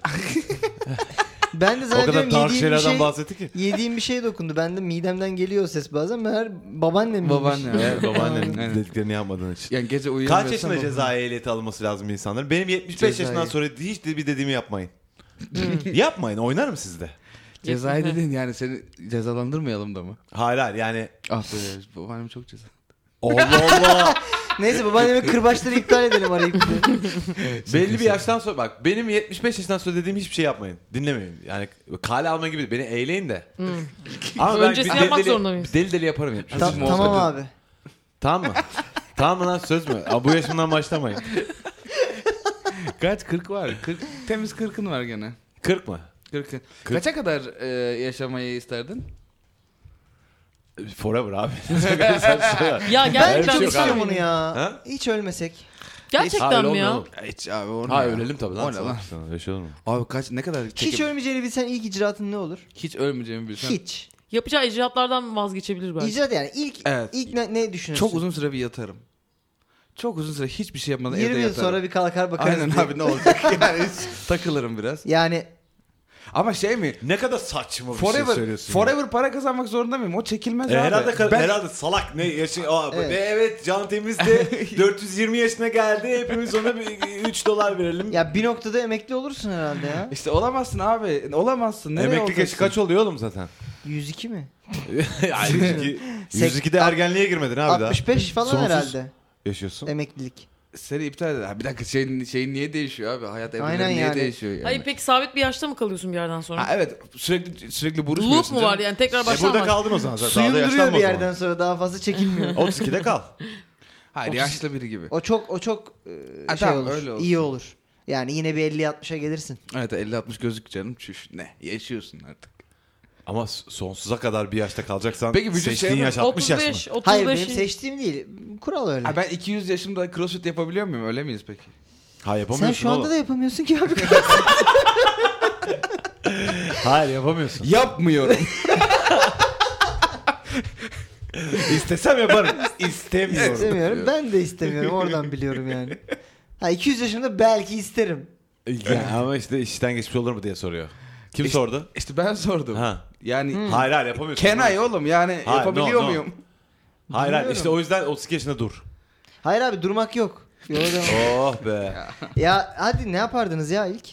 Speaker 4: ben de
Speaker 2: O kadar
Speaker 4: zannediyorum
Speaker 2: dark
Speaker 4: yediğim bir
Speaker 2: şeylerden
Speaker 4: şey
Speaker 2: bahsetti ki.
Speaker 4: yediğim bir şey dokundu. Ben de midemden geliyor o ses bazen. Meğer babaannem
Speaker 5: Babaannem.
Speaker 2: Evet babaannemin
Speaker 5: Aynen.
Speaker 2: dediklerini yapmadığın için.
Speaker 5: Yani gece uyuyamıyorsun.
Speaker 2: Kaç yaşında
Speaker 5: ama-
Speaker 2: cezai ehliyeti alınması lazım insanların? Benim 75
Speaker 4: Cezai.
Speaker 2: yaşından sonra hiç de bir dediğimi yapmayın.
Speaker 3: Hmm.
Speaker 2: yapmayın oynarım sizde.
Speaker 5: Cezayı dedin yani seni cezalandırmayalım da mı?
Speaker 2: Hayır hayır yani
Speaker 5: Ah be babaannem çok ceza.
Speaker 2: Allah Allah
Speaker 4: Neyse babaannemin kırbaçları iptal edelim arayıp. bir.
Speaker 2: Belli bir yaştan sonra bak benim 75 yaşından sonra dediğim hiçbir şey yapmayın. Dinlemeyin. Yani kale alma gibi değil. beni eğleyin de. Ama ben bir
Speaker 3: Hmm. Öncesini yapmak
Speaker 2: deli
Speaker 3: zorunda
Speaker 2: deli,
Speaker 3: mıyız?
Speaker 2: bir deli deli yaparım. yani.
Speaker 4: Ta-
Speaker 5: Muhabbeti.
Speaker 4: tamam abi.
Speaker 2: tamam mı? tamam mı lan söz mü? Aa, bu yaşımdan başlamayın.
Speaker 5: Kaç? 40 var. 40, temiz 40'ın var gene.
Speaker 2: 40 mı?
Speaker 5: 40'ın.
Speaker 2: Kırk.
Speaker 5: Kaça kadar e, yaşamayı isterdin?
Speaker 2: Forever abi.
Speaker 3: Ya
Speaker 4: Ben
Speaker 3: gerçekten
Speaker 4: çok
Speaker 2: şey
Speaker 3: bir şey
Speaker 4: istiyorum
Speaker 2: abi.
Speaker 4: onu
Speaker 3: yok.
Speaker 4: ya.
Speaker 2: Ha?
Speaker 4: Hiç ölmesek.
Speaker 3: Gerçekten mi ya?
Speaker 5: Hiç abi onu.
Speaker 2: Ha ölelim tabii
Speaker 5: O
Speaker 2: lan.
Speaker 5: ne
Speaker 2: salak
Speaker 5: lan?
Speaker 2: sana, Yaşa oğlum.
Speaker 5: Abi kaç ne kadar
Speaker 4: Hiç
Speaker 5: çekip-
Speaker 4: ölmeyeceğini bilsen ilk icraatın ne olur?
Speaker 5: hiç ölmeyeceğimi bilsem.
Speaker 4: Hiç.
Speaker 3: Yapacağı icraatlardan vazgeçebilir belki.
Speaker 4: İcraat yani ilk
Speaker 5: Evet.
Speaker 4: ilk ne, ne düşünürsün?
Speaker 5: Çok uzun süre bir yatarım. Çok uzun süre hiçbir şey yapmadan evde
Speaker 4: 20 yıl
Speaker 5: yatarım.
Speaker 4: sonra bir kalkar bakarız.
Speaker 5: Aynen
Speaker 4: diye.
Speaker 5: abi ne olacak yani hiç takılırım biraz.
Speaker 4: Yani
Speaker 5: Ama şey mi?
Speaker 2: Ne kadar saçma bir şey
Speaker 5: Forever
Speaker 2: söylüyorsun. ya.
Speaker 5: forever para kazanmak zorunda mıyım? O çekilmez
Speaker 2: E,
Speaker 5: abi.
Speaker 2: herhalde, ka-
Speaker 5: Ben-
Speaker 2: herhalde salak ne yaşı Aa,
Speaker 4: Evet.
Speaker 2: evet. evet can temizdi 420 yaşına geldi hepimiz ona bir 3 dolar verelim.
Speaker 4: ya bir noktada emekli olursun herhalde ya.
Speaker 5: İşte olamazsın abi. Olamazsın. Nereye
Speaker 2: Emeklilik
Speaker 5: olacaksın?
Speaker 2: yaşı kaç oluyor oğlum zaten?
Speaker 4: 102 mi?
Speaker 2: Yani 102,
Speaker 4: Sek-
Speaker 2: 102'de ergenliğe girmedin abi
Speaker 4: 65 falan
Speaker 2: Sonsuz.
Speaker 4: herhalde
Speaker 2: daha.
Speaker 4: E,
Speaker 2: Yaşıyorsun. E,
Speaker 4: emeklilik.
Speaker 5: Seni iptal eder. Ha, Bir dakika şeyin, şeyin niye değişiyor abi? Hayat evrenin
Speaker 4: Aynen
Speaker 5: niye
Speaker 4: yani.
Speaker 5: değişiyor yani?
Speaker 3: Hayır pek sabit bir yaşta mı kalıyorsun bir yerden sonra?
Speaker 5: Ha evet sürekli sürekli
Speaker 3: Loop
Speaker 5: buruşmuyorsun.
Speaker 3: mu var yani tekrar
Speaker 2: E,
Speaker 3: baştan
Speaker 2: burada
Speaker 3: mı?
Speaker 2: kaldın o zaman zaten.
Speaker 4: Suyun
Speaker 2: daha da
Speaker 4: duruyor
Speaker 2: yaşlanma
Speaker 4: bir
Speaker 2: o zaman.
Speaker 4: yerden sonra daha fazla çekilmiyor.
Speaker 2: 32'de kal.
Speaker 5: Hayır yaşlı biri gibi.
Speaker 4: o çok o çok e,
Speaker 5: Ha,
Speaker 4: şey
Speaker 5: tamam,
Speaker 4: olur.
Speaker 5: öyle olsun.
Speaker 4: İyi olur. Yani yine bir 50 60'a gelirsin.
Speaker 5: Evet 50 60 gözük canım çüş ne yaşıyorsun artık.
Speaker 2: Ama s- sonsuza kadar bir yaşta kalacaksan
Speaker 5: Peki vücut şey
Speaker 2: seçtiğin
Speaker 5: mi?
Speaker 2: yaş 60 yaş mı?
Speaker 3: 35, 35.
Speaker 4: Hayır benim
Speaker 2: şey-
Speaker 4: seçtiğim değil. Kural öyle.
Speaker 5: Ha, ben 200 yaşımda crossfit yapabiliyor muyum öyle miyiz peki?
Speaker 2: Hayır
Speaker 4: Sen
Speaker 2: yapamıyorsun
Speaker 4: şu anda
Speaker 2: oğlum.
Speaker 4: da yapamıyorsun ki abi.
Speaker 2: Hayır yapamıyorsun.
Speaker 5: Yapmıyorum.
Speaker 2: İstesem yaparım. İstemiyorum.
Speaker 4: istemiyorum. Ben de istemiyorum. Oradan biliyorum yani. Ha 200 yaşımda belki isterim.
Speaker 2: Yani ama işte işten geçmiş olur mu diye soruyor. Kim
Speaker 5: İşte- Hmm.
Speaker 2: sordu?
Speaker 5: işte ben sordum.
Speaker 2: Ha.
Speaker 5: Yani
Speaker 4: Hmm.
Speaker 2: Hayır hayır yapamıyorsun.
Speaker 5: Kenay oğlum yani
Speaker 2: Hayır,
Speaker 5: yapabiliyor
Speaker 2: no, no.
Speaker 5: muyum?
Speaker 2: Hayır hayır
Speaker 4: Bilmiyorum.
Speaker 2: işte o yüzden 32 yaşında dur.
Speaker 4: Hayır abi durmak yok. Yola devam.
Speaker 2: Oh be.
Speaker 4: ya hadi ne yapardınız ya ilk?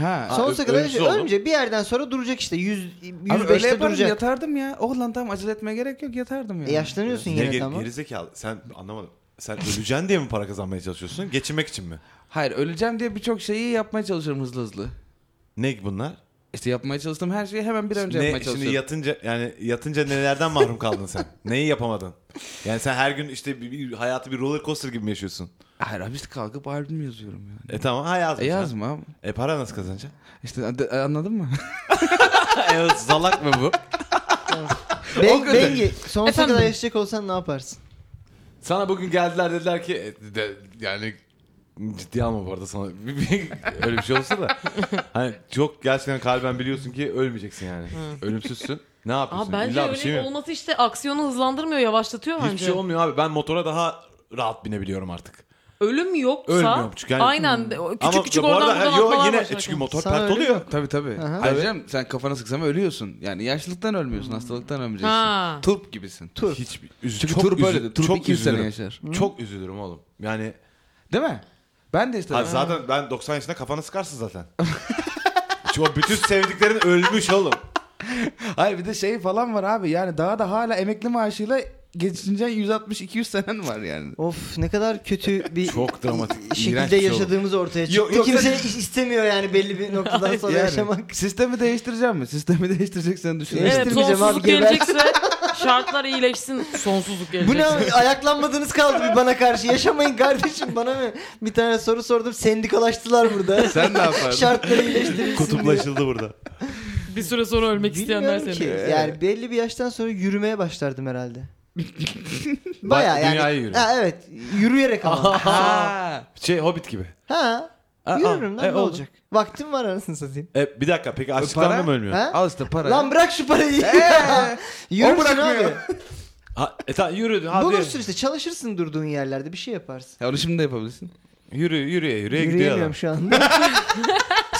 Speaker 5: Ha.
Speaker 2: Ha,
Speaker 4: Sonsuza
Speaker 2: ö-
Speaker 4: kadar
Speaker 2: ölümsüz
Speaker 4: ölmeyecek.
Speaker 2: oldum.
Speaker 4: Ölmeyecek. Bir yerden sonra duracak işte. 100
Speaker 5: Abi öyle
Speaker 4: 105'te
Speaker 5: yapardım
Speaker 4: duracak.
Speaker 5: yatardım ya. Oğlan tamam acele etmeye gerek yok yatardım ya.
Speaker 4: E, yaşlanıyorsun
Speaker 2: Ne
Speaker 4: yine
Speaker 2: geri,
Speaker 4: tamam.
Speaker 2: gerizekalı. Sen anlamadım. Sen öleceksin diye mi para kazanmaya çalışıyorsun? Geçinmek için mi?
Speaker 5: Hayır öleceğim diye birçok şeyi yapmaya çalışırım hızlı hızlı.
Speaker 2: Ne bunlar?
Speaker 5: İşte yapmaya çalıştığım her şeyi hemen bir önce
Speaker 2: Ne,
Speaker 5: yapmaya
Speaker 2: şimdi
Speaker 5: çalışıyorum.
Speaker 2: yatınca yani yatınca nelerden mahrum kaldın sen? Neyi yapamadın? Yani sen her gün işte bir, bir hayatı bir roller coaster gibi mi yaşıyorsun?
Speaker 5: Hayır abi işte kalkıp albüm yazıyorum yani.
Speaker 2: E tamam ha yazmış.
Speaker 5: E
Speaker 2: ha.
Speaker 5: yazma abi.
Speaker 2: E para nasıl kazanacaksın?
Speaker 5: İşte ad- anladın mı?
Speaker 2: evet salak mı bu?
Speaker 4: Ben,
Speaker 5: kadar.
Speaker 4: Bengi sonsuza
Speaker 3: Efendim?
Speaker 4: kadar yaşayacak olsan ne yaparsın?
Speaker 2: Sana bugün geldiler dediler ki e, de- yani ciddi alma bu arada sana öyle bir şey olsa da hani çok gerçekten kalben biliyorsun ki ölmeyeceksin yani. Ölümsüzsün. Ne yapıyorsun?
Speaker 3: Aa, bence
Speaker 2: İlla bir
Speaker 3: öyle
Speaker 2: şey mi?
Speaker 3: olması işte aksiyonu hızlandırmıyor, yavaşlatıyor
Speaker 2: Hiçbir
Speaker 3: bence.
Speaker 2: şey olmuyor abi. Ben motora daha rahat binebiliyorum artık.
Speaker 3: Ölüm yoksa
Speaker 2: Ölmüyorum çünkü yani- hmm.
Speaker 3: aynen de- o küçük
Speaker 2: Ama
Speaker 3: küçük
Speaker 2: bu
Speaker 3: oradan
Speaker 2: arada-
Speaker 3: buradan
Speaker 2: yo,
Speaker 3: atmalar
Speaker 2: yine
Speaker 3: başlar.
Speaker 2: çünkü motor
Speaker 4: Sana
Speaker 2: pert
Speaker 4: öyle
Speaker 2: oluyor.
Speaker 5: Tabii tabii.
Speaker 4: Aha.
Speaker 5: Hayır canım sen kafana sıksam ölüyorsun. Yani yaşlılıktan ölmüyorsun, hastalıktan ölmeyeceksin.
Speaker 3: Ha.
Speaker 5: Turp gibisin.
Speaker 4: Tur.
Speaker 2: Hiç üzü-
Speaker 5: Çünkü
Speaker 2: çok
Speaker 5: turp
Speaker 2: üzü-
Speaker 5: öyledir. Turp
Speaker 2: çok
Speaker 5: 200 sene
Speaker 2: üzülürüm.
Speaker 5: yaşar.
Speaker 2: Çok üzülürüm oğlum. Yani
Speaker 5: Değil mi? Ben de işte.
Speaker 2: ha, zaten ben 90 yaşında kafana sıkarsın zaten. Çünkü o bütün sevdiklerin ölmüş oğlum.
Speaker 5: Hayır bir de şey falan var abi. Yani daha da hala emekli maaşıyla geçince 160-200 senen var yani.
Speaker 4: Of ne kadar kötü bir
Speaker 2: Çok dramatik, iğrenç
Speaker 4: şekilde
Speaker 2: bir şey oldu.
Speaker 4: yaşadığımız ortaya çıktı.
Speaker 5: Yok, yoksa-
Speaker 4: Kimse istemiyor yani belli bir noktadan sonra
Speaker 5: Yani
Speaker 4: yaşamak.
Speaker 5: Sistemi değiştireceğim mi? Sistemi değiştireceksen düşün.
Speaker 3: Evet
Speaker 4: Değiştirmeyeceğim
Speaker 3: sonsuzluk
Speaker 4: abi, geber.
Speaker 3: gelecekse şartlar iyileşsin sonsuzluk
Speaker 4: Bu ne
Speaker 3: gelecekse.
Speaker 4: abi? ayaklanmadınız kaldı bir bana karşı. Yaşamayın kardeşim bana mı? Bir tane soru sordum sendikalaştılar burada.
Speaker 5: Sen ne yapardın?
Speaker 4: Şartları iyileştirilsin diye.
Speaker 2: Kutuplaşıldı burada.
Speaker 3: Bir süre sonra ölmek isteyenler
Speaker 4: Bilmiyorum
Speaker 3: seni.
Speaker 4: ki. Yani belli bir yaştan sonra yürümeye başlardım herhalde. Baya
Speaker 2: Bak,
Speaker 4: yani.
Speaker 2: dünyayı yürü.
Speaker 4: Ha, evet. Yürüyerek ama.
Speaker 5: Ha.
Speaker 2: Şey Hobbit gibi.
Speaker 4: ha.
Speaker 5: Aa,
Speaker 4: Yürürüm lan
Speaker 5: e,
Speaker 4: ne
Speaker 5: oldu.
Speaker 4: olacak? Vaktim var anasını satayım.
Speaker 2: E, bir dakika peki
Speaker 5: Para?
Speaker 2: açlıktan mı ölmüyor?
Speaker 4: Ha?
Speaker 5: Al işte para.
Speaker 4: Lan bırak şu parayı.
Speaker 5: o
Speaker 4: Yürürsün
Speaker 5: bırakmıyor.
Speaker 4: abi.
Speaker 2: Ha, e, tamam yürü hadi.
Speaker 4: Bulursun işte çalışırsın durduğun yerlerde bir şey yaparsın.
Speaker 5: Ya onu şimdi de yapabilirsin.
Speaker 2: Yürü yürüye yürüye gidiyor adam.
Speaker 4: Yürüyemiyorum şu anda.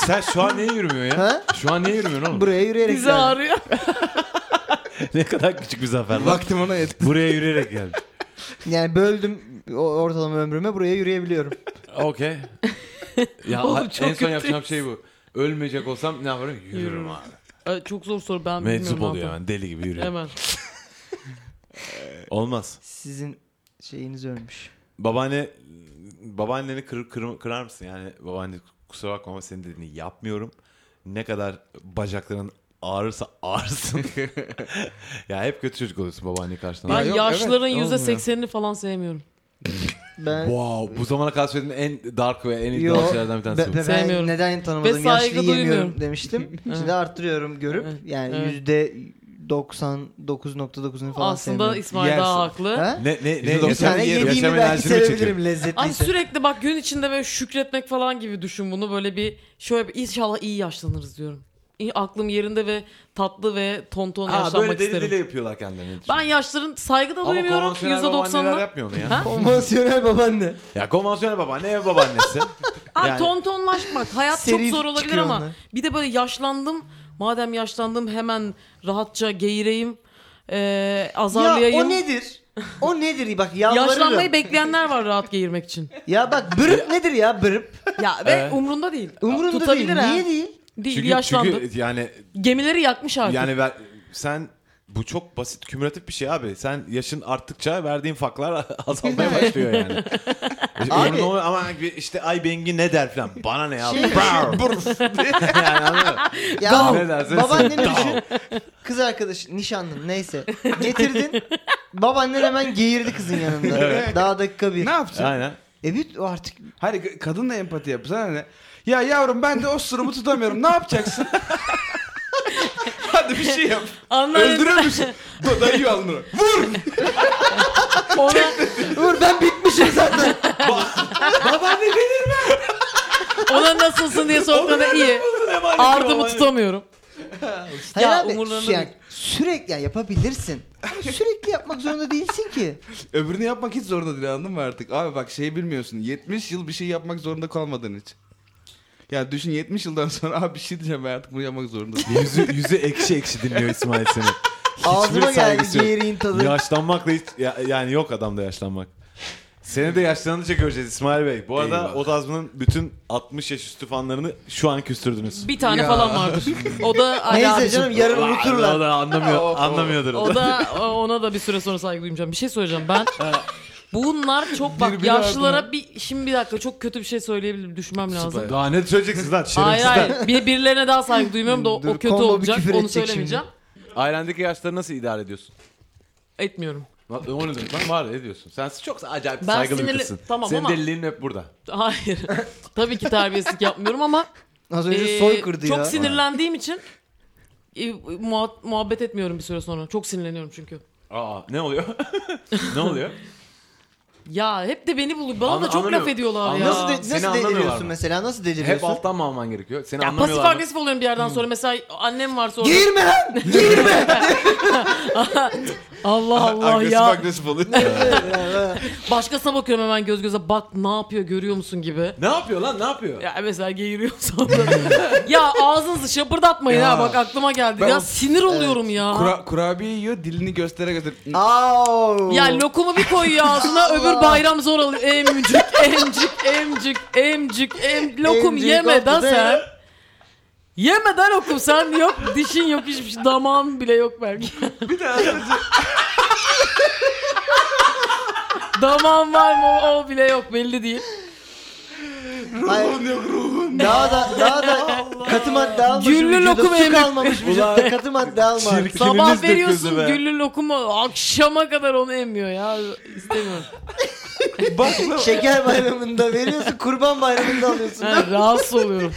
Speaker 2: Sen şu an niye yürümüyorsun ya?
Speaker 4: Ha?
Speaker 2: Şu an niye yürümüyorsun oğlum?
Speaker 4: Buraya yürüyerek
Speaker 3: Bizi
Speaker 4: geldim.
Speaker 3: ağrıyor.
Speaker 2: ne kadar küçük bir zafer lan.
Speaker 5: Vaktim ona yetti.
Speaker 2: Buraya yürüyerek geldi.
Speaker 4: Yani böldüm o ortalama ömrümü buraya yürüyebiliyorum.
Speaker 2: Okey. ya
Speaker 3: Oğlum,
Speaker 2: ha-
Speaker 3: çok
Speaker 2: en son yapacağım
Speaker 3: kötüyüz.
Speaker 2: şey bu. Ölmeyecek olsam ne yaparım? Yürürüm
Speaker 3: Yürürüm.
Speaker 2: abi.
Speaker 3: Ee, Çok zor soru ben
Speaker 2: Meczup
Speaker 3: bilmiyorum.
Speaker 2: oluyor
Speaker 3: ne
Speaker 2: hemen deli gibi
Speaker 3: yapayım.
Speaker 2: yürüyorum.
Speaker 3: Hemen.
Speaker 2: Olmaz.
Speaker 4: Sizin şeyiniz ölmüş.
Speaker 2: babaanne babaanneni kır, kır- kırar mısın? Yani babaanne kusura bakma ama senin dediğini yapmıyorum. Ne kadar bacakların ağrırsa ağrısın. ya hep kötü çocuk oluyorsun babaanne karşısında.
Speaker 3: Ben
Speaker 5: yok,
Speaker 3: yaşlıların
Speaker 5: evet,
Speaker 3: yüzde
Speaker 5: olmuyor.
Speaker 3: seksenini falan sevmiyorum.
Speaker 4: Ben
Speaker 2: Wow, bu zamana kadar söylediğin en dark ve en
Speaker 4: Yo,
Speaker 2: iddialı şeylerden bir tanesi.
Speaker 4: be-
Speaker 2: bu.
Speaker 4: be- ben
Speaker 3: Sevmiyorum.
Speaker 4: neden
Speaker 3: Ve
Speaker 4: tanımadığım
Speaker 3: saygı
Speaker 4: yaşlıyı yemiyorum
Speaker 3: duymuyorum.
Speaker 4: demiştim.
Speaker 3: Evet.
Speaker 4: Şimdi arttırıyorum görüp
Speaker 3: Evet,
Speaker 4: yani
Speaker 3: evet.
Speaker 4: yüzde 99.9'unu falan
Speaker 3: Aslında İsmail
Speaker 2: Yersin.
Speaker 3: daha haklı.
Speaker 4: Ha?
Speaker 2: Ne ne ne
Speaker 5: Yüzde doksan
Speaker 4: Bir
Speaker 2: yaşam,
Speaker 4: tane yediğimi
Speaker 2: yaşam
Speaker 4: belki
Speaker 2: enerjini mi çekiyor?
Speaker 4: sevebilirim
Speaker 3: Ay
Speaker 4: lezzetliyse.
Speaker 3: sürekli bak gün içinde böyle şükretmek falan gibi düşün bunu böyle bir şöyle bir inşallah iyi yaşlanırız diyorum. İyi, aklım yerinde ve tatlı ve tonton
Speaker 2: Aa,
Speaker 3: yaşlanmak
Speaker 2: böyle deli
Speaker 3: isterim.
Speaker 2: deli yapıyorlar kendilerini.
Speaker 3: Ben yaşların saygı da
Speaker 2: Ama
Speaker 3: duymuyorum
Speaker 2: konvansiyonel
Speaker 3: yüzde
Speaker 2: babaanneler
Speaker 3: doksanla.
Speaker 2: yapmıyor mu ya?
Speaker 3: Ha?
Speaker 4: Konvansiyonel babaanne.
Speaker 2: Ya konvansiyonel babaanne ev babaannesi.
Speaker 3: Abi
Speaker 2: Yani-
Speaker 3: tontonlaşmak hayat
Speaker 4: Seri
Speaker 3: çok zor olabilir
Speaker 4: çıkıyor
Speaker 3: ama
Speaker 4: onlar.
Speaker 3: bir de böyle yaşlandım. Madem yaşlandım hemen rahatça geğireyim. Ee, azarlayayım.
Speaker 4: Ya o nedir? O nedir? Bak yalvarırım.
Speaker 3: Yaşlanmayı bekleyenler var rahat geğirmek için.
Speaker 4: ya bak bırıp nedir ya bırıp?
Speaker 3: Ya ve umrunda değil.
Speaker 4: Umurumda değil.
Speaker 3: Tutabilir ha.
Speaker 4: Niye değil?
Speaker 3: Değil
Speaker 2: çünkü,
Speaker 3: yaşlandı.
Speaker 2: çünkü yani
Speaker 3: Gemileri yakmış artık.
Speaker 2: yani ver, sen bu çok basit kümülatif bir şey abi. Sen yaşın arttıkça verdiğin faklar azalmaya başlıyor yani. abi.
Speaker 4: Abi-
Speaker 2: ama işte ay bengi ne der falan. Bana ne ya?
Speaker 4: Şey-
Speaker 2: Brr, brr. yani anladın mı?
Speaker 4: Ya
Speaker 2: Ne dersin?
Speaker 4: babaanneni
Speaker 2: Dal.
Speaker 4: düşün. Kız arkadaş, nişanlın neyse. Getirdin. Babaannen hemen geğirdi kızın yanında. Daha dakika bir.
Speaker 5: Ne yapacaksın?
Speaker 2: Aynen.
Speaker 4: E bir o artık
Speaker 5: Hayır k- kadınla empati yap. Sana ne? Ya yavrum ben de o sırımı tutamıyorum. Ne yapacaksın? Hadi bir şey yap.
Speaker 3: Anladın
Speaker 5: Öldürür müsün? Da- Dayıyor alnını. Vur!
Speaker 3: ona,
Speaker 4: Uğur ben bitmişim zaten.
Speaker 5: Babaanne gelir mi?
Speaker 3: ona nasılsın diye sorduğunda iyi. Ardımı tutamıyorum.
Speaker 4: Hayır
Speaker 3: Ya
Speaker 4: abi
Speaker 3: umurlarında
Speaker 4: şu- şey yani
Speaker 3: değil.
Speaker 4: sürekli yani yapabilirsin. Ama sürekli yapmak zorunda değilsin ki.
Speaker 5: Öbürünü yapmak hiç zorunda değil anladın mı artık? Abi bak şeyi bilmiyorsun. 70 yıl bir şey yapmak zorunda kalmadığın hiç. Ya düşün 70 yıldan sonra abi bir şey diyeceğim ben artık bunu yapmak zorundayım.
Speaker 2: Yüzü, yüzü ekşi ekşi dinliyor İsmail seni. Hiçbir
Speaker 4: Ağzıma geldi
Speaker 2: saygısı yok.
Speaker 4: geğiriğin tadı.
Speaker 2: Yaşlanmakla hiç ya- yani yok adamda yaşlanmak. Seni de yaşlanınca göreceğiz İsmail Bey. Bu arada
Speaker 5: Eyvah.
Speaker 2: Odazmı'nın bütün 60 yaş üstü fanlarını şu an küstürdünüz.
Speaker 3: Bir tane
Speaker 5: Ya.
Speaker 3: falan vardır. O da Ali
Speaker 4: Neyse
Speaker 3: abicim.
Speaker 4: canım yarın unuturlar.
Speaker 2: O da anlamıyor,
Speaker 5: Of, of.
Speaker 2: anlamıyordur.
Speaker 3: O da o- ona da bir süre sonra saygı duymayacağım. Bir şey söyleyeceğim ben. Bunlar çok bak
Speaker 5: Birbiri
Speaker 3: yaşlılara bir şimdi bir dakika çok kötü bir şey söyleyebilirim düşmem lazım.
Speaker 5: Süper.
Speaker 2: Daha ne söyleyeceksiniz lan
Speaker 3: Hayır
Speaker 2: şerefsizler.
Speaker 3: hayır. Bir, birilerine daha saygı duymuyorum da o,
Speaker 4: Dur,
Speaker 3: o kötü
Speaker 4: combo bir
Speaker 3: olacak.
Speaker 4: küfür
Speaker 3: Onu
Speaker 4: edecek şimdi.
Speaker 3: söylemeyeceğim.
Speaker 2: Ailendeki yaşları nasıl idare ediyorsun?
Speaker 3: Etmiyorum.
Speaker 2: Lan O ne demek lan var ya, ne diyorsun? Sen çok acayip
Speaker 3: Ben
Speaker 2: saygılı bir
Speaker 3: sinirli-
Speaker 2: kızsın.
Speaker 3: Tamam
Speaker 2: Senin
Speaker 3: ama-
Speaker 2: deliliğin hep burada.
Speaker 3: Hayır. Tabii ki terbiyesizlik yapmıyorum ama
Speaker 4: Az önce
Speaker 2: Ee,
Speaker 3: e,
Speaker 4: soy kırdı
Speaker 3: çok
Speaker 4: ya.
Speaker 3: sinirlendiğim için e, muha- muhabbet etmiyorum bir süre sonra. Çok sinirleniyorum çünkü.
Speaker 2: Aa ne oluyor? ne oluyor?
Speaker 3: Ya hep de beni buluyor. Bana
Speaker 2: Anla-
Speaker 3: da çok
Speaker 2: anlamıyorum.
Speaker 3: laf ediyorlar ya.
Speaker 2: Anla-
Speaker 4: Nasıl, de-
Speaker 2: Seni
Speaker 4: nasıl
Speaker 2: anlamıyorlar
Speaker 4: deliriyorsun
Speaker 2: mı?
Speaker 4: mesela? Nasıl
Speaker 2: Hep
Speaker 4: deliriyorsun?
Speaker 2: alttan mı alman gerekiyor? Seni
Speaker 3: Ya pasif
Speaker 2: anlamıyorlar mı?
Speaker 3: agresif oluyorum bir yerden
Speaker 4: Hmm.
Speaker 3: sonra. Mesela annem var sonra.
Speaker 4: Geğirme lan! Geğirme!
Speaker 3: Allah Allah
Speaker 5: agresif
Speaker 3: ya.
Speaker 5: agresif oluyor.
Speaker 3: Başkasına bakıyorum hemen göz göze. Bak ne yapıyor görüyor musun gibi.
Speaker 2: Ne yapıyor lan ne yapıyor?
Speaker 3: Ya mesela geğiriyor sonra. ya ağzınızı şapırdatmayın
Speaker 5: Ya.
Speaker 3: ha bak aklıma geldi.
Speaker 5: Ben
Speaker 3: Ya
Speaker 5: o-
Speaker 3: sinir oluyorum ya.
Speaker 5: Kura- kurabiye yiyor dilini göstere göster.
Speaker 4: Au!
Speaker 3: Ya lokumu bir koyuyor ağzına öbür bayram zor alıyor. Emcik, emcik, emcik, emcik, em... Lokum
Speaker 4: Emcik
Speaker 3: yeme da
Speaker 4: oldu da
Speaker 3: sen.
Speaker 4: ya.
Speaker 3: Yeme da lokum sen yok dişin yok hiçbir şey damağın bile yok belki.
Speaker 5: Bir de az önce-
Speaker 3: Damağın var mı o, o bile yok belli değil.
Speaker 4: Ay, Daha da daha da katı madde almış.
Speaker 3: Güllü
Speaker 4: vücuda,
Speaker 3: lokum
Speaker 4: su
Speaker 3: emir.
Speaker 4: kalmamış vücutta katı madde alma. artık.
Speaker 3: Sabah
Speaker 2: Kiriniz döküldü
Speaker 3: veriyorsun
Speaker 2: be.
Speaker 3: güllü lokumu akşama kadar onu emmiyor ya istemiyorum.
Speaker 5: Bak lan.
Speaker 4: Şeker bayramında veriyorsun kurban bayramında alıyorsun.
Speaker 3: Ha, rahatsız oluyorum.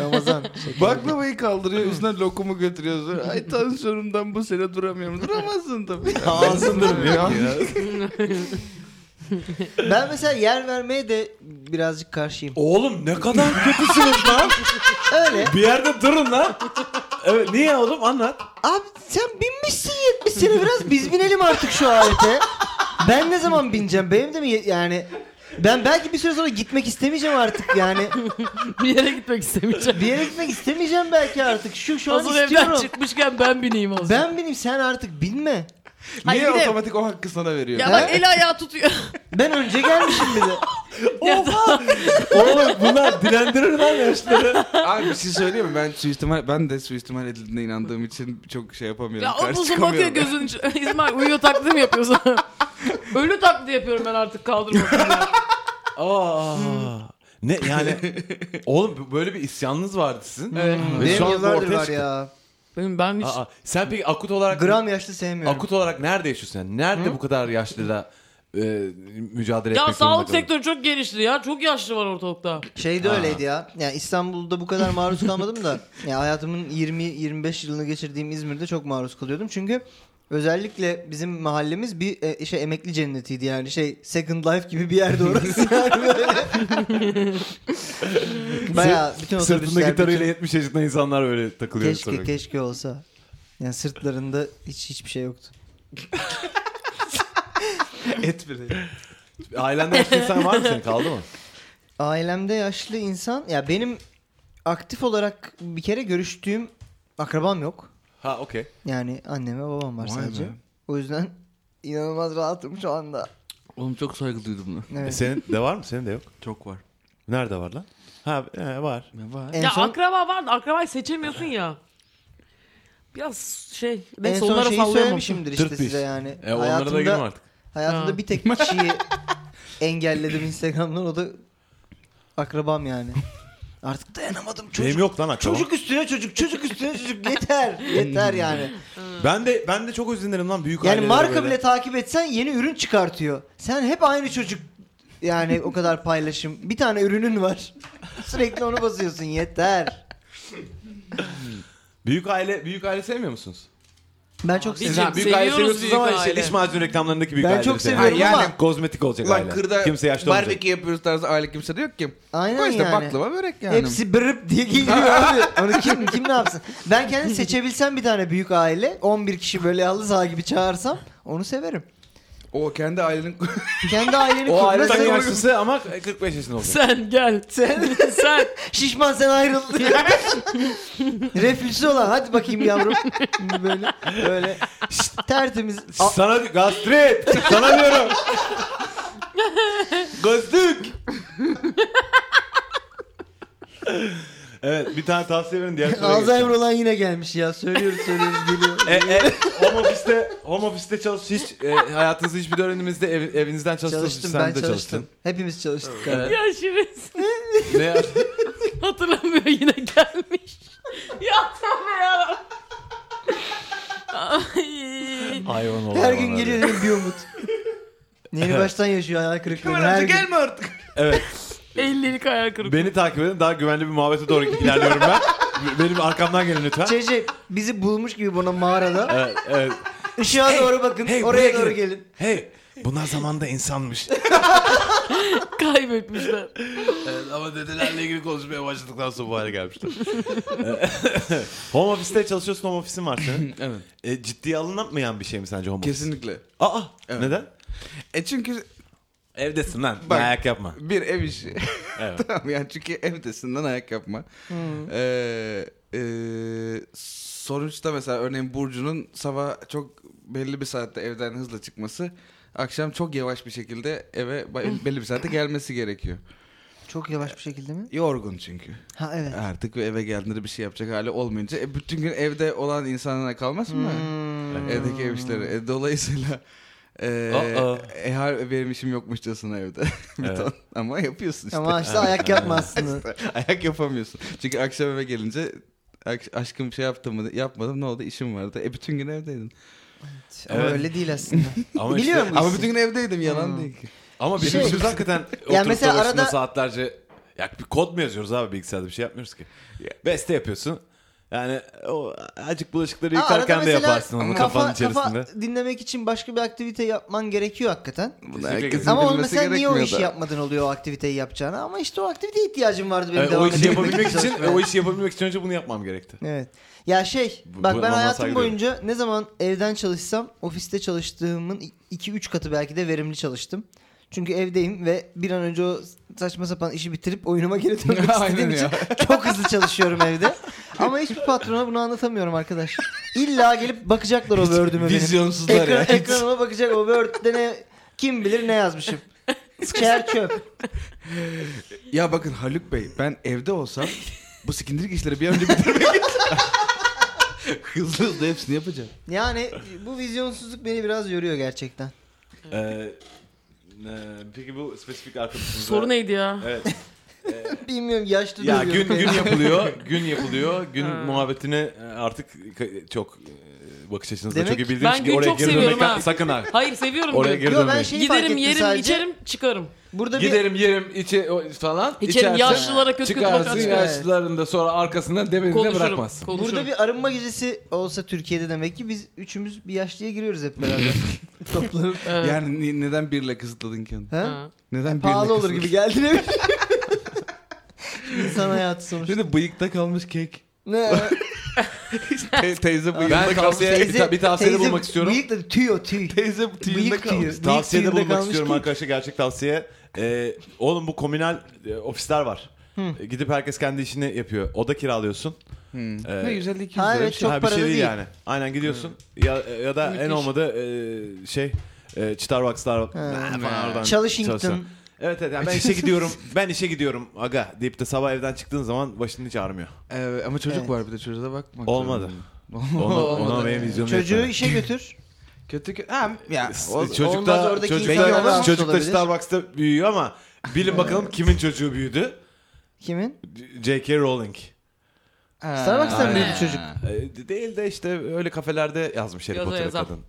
Speaker 4: Ramazan. şeker.
Speaker 5: Baklavayı kaldırıyor üstüne lokumu götürüyorsun. Ay tansiyonumdan bu sene duramıyorum. Duramazsın tabii.
Speaker 2: Ağzındır ya.
Speaker 4: Ben mesela yer vermeye de birazcık karşıyım.
Speaker 2: Oğlum ne kadar kötüsünüz lan.
Speaker 4: Öyle.
Speaker 2: Bir yerde durun lan. Evet, niye oğlum anlat.
Speaker 4: Abi sen binmişsin 70 sene biraz biz binelim artık şu alete. Ben ne zaman bineceğim? Benim de mi ye- yani ben belki bir süre sonra gitmek istemeyeceğim artık yani.
Speaker 3: Bir yere gitmek istemeyeceğim.
Speaker 4: Bir yere gitmek istemeyeceğim belki artık. Şu şu an
Speaker 3: Hazır evden
Speaker 4: istiyorum.
Speaker 3: çıkmışken ben bineyim hazır.
Speaker 4: Ben bineyim sen artık binme.
Speaker 3: Hayır,
Speaker 5: Niye
Speaker 3: bir de-
Speaker 5: otomatik o hakkı sana veriyor?
Speaker 3: Ya bak el ayağı tutuyor.
Speaker 4: Ben önce gelmişim bir de.
Speaker 2: Oğlum bunlar dilendirir lan yaşları.
Speaker 3: e-
Speaker 5: Abi bir şey söyleyeyim mi? Ben suistimal, ben de suistimal edildiğine inandığım için çok şey yapamıyorum.
Speaker 3: Ya o
Speaker 5: karşı
Speaker 3: buzun bakıyor
Speaker 5: çıkamıyorum.
Speaker 3: gözün içi- İsmail uyuyor taklit mi yapıyorsun? Ölü taklidi yapıyorum ben artık kaldırmadan.
Speaker 2: Aa. ne yani oğlum böyle bir isyanınız vardı sizin.
Speaker 3: Evet.
Speaker 2: Ve şu
Speaker 4: Benim
Speaker 2: an bu
Speaker 4: yıllardır
Speaker 2: ortaya
Speaker 4: var
Speaker 2: çıktı.
Speaker 4: ya.
Speaker 3: Benim ben hiç
Speaker 2: Aa, sen peki akut olarak
Speaker 4: Gram yaşlı sevmiyorum.
Speaker 2: akut olarak nerede yaşıyorsun? Yani nerede bu kadar yaşlıyla e, mücadele
Speaker 3: Ya
Speaker 2: etmek zorunda
Speaker 3: sağlık
Speaker 2: kalıyorsun?
Speaker 3: sektörü çok genişti ya. Çok yaşlı var ortalıkta.
Speaker 4: Şey de öyleydi ya. Yani İstanbul'da bu kadar maruz kalmadım da. Ya hayatımın 20-25 yılını geçirdiğim İzmir'de çok maruz kalıyordum. Çünkü özellikle bizim mahallemiz bir e, şey emekli cennetiydi yani şey Second Life gibi bir yerde orası yani böyle. Bayağı bütün
Speaker 2: Sırtında
Speaker 4: otobüsler
Speaker 2: gitarıyla
Speaker 4: bütün-
Speaker 2: 70 yaşında insanlar öyle takılıyor.
Speaker 4: keşke
Speaker 2: tabii.
Speaker 4: keşke olsa. Yani sırtlarında hiç hiçbir şey yoktu.
Speaker 5: Et bile.
Speaker 2: Ailenden başka insan var mı senin? Kaldı mı?
Speaker 4: Ailemde yaşlı insan ya benim aktif olarak bir kere görüştüğüm akrabam yok.
Speaker 2: Ha okey.
Speaker 4: Yani annem ve babam var
Speaker 5: Vay
Speaker 4: sadece.
Speaker 5: be.
Speaker 4: O yüzden inanılmaz rahatım şu anda.
Speaker 5: Oğlum çok saygı duydum lan.
Speaker 4: Evet.
Speaker 2: E, senin de var mı? Senin de yok.
Speaker 5: Çok var.
Speaker 2: Nerede var lan? Ha e, var.
Speaker 5: Ne var?
Speaker 4: En
Speaker 3: ya
Speaker 4: son,
Speaker 3: akraba var da akrabayı seçemiyorsun ya. Biraz şey.
Speaker 4: en
Speaker 3: Neyse
Speaker 4: son
Speaker 3: onlara
Speaker 4: şeyi
Speaker 3: sallayamam.
Speaker 4: söylemişimdir işte
Speaker 2: Tırt bir
Speaker 4: size
Speaker 2: iş.
Speaker 4: yani.
Speaker 2: E, onlara da girme artık.
Speaker 4: hayatımda
Speaker 3: Ha.
Speaker 4: bir tek kişiyi engelledim Instagram'dan o da akrabam yani. Artık dayanamadım çocuk.
Speaker 2: Benim yok lan akrabam.
Speaker 4: Çocuk üstüne çocuk, çocuk üstüne çocuk yeter, yeter yani.
Speaker 2: Ben de ben de çok özenirim lan büyük
Speaker 4: Yani
Speaker 2: ailelere
Speaker 4: marka
Speaker 2: böyle.
Speaker 4: bile takip etsen yeni ürün çıkartıyor. Sen hep aynı çocuk yani o kadar paylaşım. Bir tane ürünün var. Sürekli onu basıyorsun yeter.
Speaker 2: Büyük aile büyük aile sevmiyor musunuz?
Speaker 4: Ben çok
Speaker 3: Biz-
Speaker 2: Siz
Speaker 4: seviyorum.
Speaker 2: ha, büyük aile
Speaker 3: Seviyoruz
Speaker 2: seviyorsunuz
Speaker 3: büyük
Speaker 2: ama işte
Speaker 3: aile.
Speaker 2: iç macun reklamlarındaki büyük
Speaker 4: Ben
Speaker 2: aile.
Speaker 4: çok seviyorum
Speaker 2: yani
Speaker 4: ama-
Speaker 2: kozmetik olacak
Speaker 5: Lan
Speaker 2: aile.
Speaker 5: kırda
Speaker 2: Kimse yaşlı olmayacak.
Speaker 5: barbekü yapıyoruz tarzı aile kimse de yok ki.
Speaker 4: Aynen
Speaker 5: Koy işte
Speaker 4: yani.
Speaker 5: baklava börek yani.
Speaker 4: Hepsi bırıp diye geliyor abi. Onu kim kim ne yapsın? Ben kendim seçebilsem bir tane büyük aile, 11 kişi böyle halı saha gibi çağırsam onu severim.
Speaker 5: O kendi ailenin
Speaker 4: Kendi aileni
Speaker 2: O aile
Speaker 4: kurma
Speaker 2: takım
Speaker 4: sen,
Speaker 2: yaşlısı ama 45 yaşında olacak.
Speaker 3: Sen gel.
Speaker 4: sen
Speaker 3: Sen.
Speaker 4: şişman sen ayrıl. Reflüsü olan hadi bakayım yavrum. Böyle böyle tertemiz. A-
Speaker 2: Sana di- gastrit. Sana diyorum. Gözlük. evet bir tane tavsiye verin diğer soruya
Speaker 4: Alzheimer
Speaker 2: geçelim.
Speaker 4: olan yine gelmiş ya. Söylüyoruz söylüyoruz geliyor.
Speaker 2: E, e, home office'te, home office'te çalış hiç e, hayatınızın hiçbir döneminizde ev, evinizden çalıştınız.
Speaker 4: çalıştım
Speaker 2: Sen
Speaker 4: ben
Speaker 2: de
Speaker 4: çalıştım. Hepimiz çalıştık. galiba.
Speaker 3: Ya şimdi
Speaker 2: çalıştın. Ne yaz-
Speaker 3: hatırlamıyor yine gelmiş. ya tamam ya. Ay.
Speaker 2: Hayvan olan
Speaker 4: Her gün
Speaker 2: bana
Speaker 4: geliyor
Speaker 2: diyor.
Speaker 4: dedim bir umut. Yeni baştan yaşıyor hayal kırıklığı. Her
Speaker 5: kameracı
Speaker 4: gün.
Speaker 5: gelme artık.
Speaker 2: Evet.
Speaker 3: Ellilik ayağı kırık.
Speaker 2: Beni takip edin. Daha güvenli bir muhabbete doğru ilerliyorum ben. Benim arkamdan gelin lütfen. E,
Speaker 4: Çece bizi bulmuş gibi buna mağarada.
Speaker 2: Evet, evet.
Speaker 4: Işığa doğru bakın.
Speaker 2: hey, buraya
Speaker 4: oraya doğru
Speaker 2: girin.
Speaker 4: gelin.
Speaker 2: Hey, bunlar zamanda insanmış.
Speaker 3: Kaybetmişler.
Speaker 2: Evet, ama dedelerle ilgili konuşmaya başladıktan sonra bu hale gelmişler. home office'te çalışıyorsun, home office'in var senin.
Speaker 5: Evet.
Speaker 2: E, ciddiye alınamayan bir şey mi sence home office?
Speaker 5: Kesinlikle.
Speaker 2: Aa,
Speaker 5: Evet.
Speaker 2: neden?
Speaker 5: E çünkü
Speaker 2: Evdesin lan.
Speaker 5: Bak.
Speaker 2: Ayak yapma.
Speaker 5: bir ev işi.
Speaker 2: Evet.
Speaker 5: tamam yani çünkü evdesin lan ayak yapma.
Speaker 4: Hmm.
Speaker 5: Ee, e, sonuçta mesela örneğin Burcu'nun sabah çok belli bir saatte evden hızla çıkması akşam çok yavaş bir şekilde eve ba- belli bir saatte gelmesi gerekiyor.
Speaker 4: Çok yavaş bir şekilde mi?
Speaker 5: Yorgun çünkü.
Speaker 4: Ha evet.
Speaker 5: Artık ve eve geldiğinde bir şey yapacak hali olmayınca e, bütün gün evde olan insanlara kalmaz mı?
Speaker 4: Hmm.
Speaker 5: Evdeki ev işleri. E, dolayısıyla e,
Speaker 2: Aa.
Speaker 5: e, har- benim işim yokmuşçasına evde. bir
Speaker 2: Evet.
Speaker 5: ton. Ama yapıyorsun işte.
Speaker 4: Ama işte ayak yapma aslında.
Speaker 5: Ayak yapamıyorsun. Çünkü akşam eve gelince "Ak- aşkım şey yaptım mı? Yapmadım ne oldu? İşim vardı. E bütün gün evdeydin. E,
Speaker 4: Ama
Speaker 2: Evet.
Speaker 4: Öyle değil aslında.
Speaker 2: Ama
Speaker 4: Biliyor
Speaker 2: işte,
Speaker 4: musun?
Speaker 5: Ama bütün gün evdeydim yalan
Speaker 4: Hmm.
Speaker 5: değil ki.
Speaker 2: Ama
Speaker 4: Şey-
Speaker 2: bizim işimiz hakikaten oturup
Speaker 4: mesela
Speaker 2: da başında
Speaker 4: arada-
Speaker 2: saatlerce ya bir kod mu yazıyoruz abi bilgisayarda bir şey yapmıyoruz ki. Beste yapıyorsun. Yani o acık bulaşıkları
Speaker 4: Ha,
Speaker 2: yıkarken
Speaker 4: arada
Speaker 2: de
Speaker 4: mesela
Speaker 2: yaparsın onu
Speaker 4: kafa-
Speaker 2: kafanın içerisinde.
Speaker 4: Kafa dinlemek için başka bir aktivite yapman gerekiyor hakikaten.
Speaker 5: Bunu
Speaker 2: Kesinlikle
Speaker 5: herkesin
Speaker 4: Ama onu
Speaker 5: bilmesi
Speaker 4: mesela niye o
Speaker 5: gerekmiyor
Speaker 4: işi
Speaker 5: da.
Speaker 4: yapmadın oluyor o aktiviteyi yapacağına. Ama işte o aktiviteye ihtiyacım vardı benim.
Speaker 2: E, o
Speaker 4: devam
Speaker 2: işi
Speaker 4: edebilmek
Speaker 2: yapabilmek için
Speaker 4: çalışmaya.
Speaker 2: o işi yapabilmek için önce bunu yapmam gerekti.
Speaker 4: Evet. Ya şey
Speaker 2: Bu- bu
Speaker 4: bak ben
Speaker 2: anlamda
Speaker 4: hayatım
Speaker 2: saygı duyuyorum.
Speaker 4: boyunca ne zaman evden çalışsam ofiste çalıştığımın 2-3 katı belki de verimli çalıştım. Çünkü evdeyim ve bir an önce o saçma sapan işi bitirip oyunuma geri dönmek
Speaker 5: Aynen
Speaker 4: istediğim için çok hızlı çalışıyorum evde. Ama hiçbir patrona bunu anlatamıyorum arkadaş. İlla gelip bakacaklar o Word'üme benim.
Speaker 5: Vizyonsuzlar
Speaker 4: Ekran,
Speaker 5: ya.
Speaker 4: ekranıma bakacak o Word'de ne kim bilir ne yazmışım. Şer çöp.
Speaker 5: Ya bakın Haluk Bey ben evde olsam bu sikindirik işleri bir an önce bitirmek Hızlı hızlı hepsini yapacağım.
Speaker 4: Yani bu vizyonsuzluk beni biraz yoruyor gerçekten.
Speaker 2: Ee, e, peki bu spesifik arkadaşımıza...
Speaker 3: Soru neydi ya?
Speaker 2: Evet.
Speaker 4: Bilmiyorum yaşlı
Speaker 2: Ya
Speaker 4: duruyorum
Speaker 2: gün
Speaker 4: yani.
Speaker 2: gün yapılıyor, gün yapılıyor, gün
Speaker 3: Ha.
Speaker 2: muhabbetine e, artık ka- çok e, bakış açınızda
Speaker 4: Demek
Speaker 2: çok iyi bildiğiniz
Speaker 3: ben
Speaker 2: için
Speaker 3: gün
Speaker 2: oraya
Speaker 3: çok
Speaker 2: geri
Speaker 3: seviyorum
Speaker 2: dönmek
Speaker 3: ha.
Speaker 2: sakın ha.
Speaker 3: Hayır seviyorum.
Speaker 2: Oraya
Speaker 3: ben.
Speaker 2: geri
Speaker 4: Yo, ben
Speaker 2: dönmek.
Speaker 4: şeyi fark
Speaker 3: Giderim
Speaker 4: ettim
Speaker 3: yerim
Speaker 4: sadece.
Speaker 3: içerim çıkarım.
Speaker 4: Burada bir
Speaker 2: Giderim yerim içi o- falan.
Speaker 3: İçerim, yaşlılara kötü kötü
Speaker 2: Çıkarsın
Speaker 3: bakarsın.
Speaker 2: yaşlıların da sonra arkasından demedin de
Speaker 3: Konuşurum.
Speaker 2: bırakmaz.
Speaker 3: konuşurum.
Speaker 4: Burada bir arınma gecesi olsa Türkiye'de demek ki biz üçümüz bir yaşlıya giriyoruz hep beraber. Toplanıp.
Speaker 3: Evet.
Speaker 5: Yani ni- neden birle kısıtladın ki onu?
Speaker 4: Ha?
Speaker 3: Ha.
Speaker 5: Neden birle
Speaker 4: E, Pahalı olur
Speaker 5: kısıtladın?
Speaker 4: gibi geldi ne bileyim. İnsan hayatı sonuçta.
Speaker 5: Bir de bıyıkta kalmış kek.
Speaker 4: Ne?
Speaker 5: Te- teyze bıyıkta kalmış.
Speaker 2: Ben tavsiye, bir, ta- bir tavsiyede bulmak istiyorum.
Speaker 4: Bıyık da tüy o tüy.
Speaker 5: Teyze tüyünde
Speaker 4: Bıyık tüyü.
Speaker 5: kalmış.
Speaker 4: Bıyık
Speaker 2: Tavsiyede
Speaker 4: tüyünde
Speaker 2: bulunmak
Speaker 4: kalmış
Speaker 2: istiyorum
Speaker 4: ki.
Speaker 2: arkadaşlar gerçek tavsiye. Ee, oğlum bu komünal e, ofisler var. E, Gidip herkes kendi işini yapıyor. Oda kiralıyorsun. Ee,
Speaker 5: Ne 150 200
Speaker 4: Ha,
Speaker 5: lira.
Speaker 4: evet,
Speaker 5: bir şey.
Speaker 4: çok
Speaker 2: ha, bir
Speaker 4: paralı
Speaker 2: şey değil,
Speaker 4: değil.
Speaker 2: yani. Aynen gidiyorsun. Ya ya da en
Speaker 3: Müthiş.
Speaker 2: olmadı e, şey e, Starbucks'lar Ha, falan oradan çalışıyorsun.
Speaker 4: Çalışington.
Speaker 2: Evet evet yani ben işe gidiyorum. Ben işe gidiyorum aga deyip de sabah evden çıktığın zaman başını hiç ağrımıyor.
Speaker 5: Evet, ama çocuk
Speaker 4: Evet.
Speaker 5: var bir de çocuğa bakmak.
Speaker 2: Olmadı.
Speaker 5: zorunda.
Speaker 2: Ona, ona
Speaker 5: Olmadı.
Speaker 2: benim vizyonum yok.
Speaker 4: Çocuğu işe götür.
Speaker 5: Kötü ki. Ha, ya, o-
Speaker 2: Çocukta,
Speaker 4: olmaz
Speaker 2: çocukta,
Speaker 4: oradaki insan
Speaker 2: çocukta,
Speaker 4: rahatsız olabilir.
Speaker 2: Starbucks'ta büyüyor ama bilin bakalım kimin çocuğu büyüdü?
Speaker 4: Kimin?
Speaker 2: J.K. Rowling.
Speaker 5: Ha,
Speaker 4: Starbucks'tan
Speaker 2: mıydı
Speaker 5: aynen.
Speaker 4: çocuk?
Speaker 2: Ee, Değil de işte öyle kafelerde yazmış Harry
Speaker 3: Yaza
Speaker 2: Potter'ı
Speaker 3: yaza.
Speaker 2: kadın.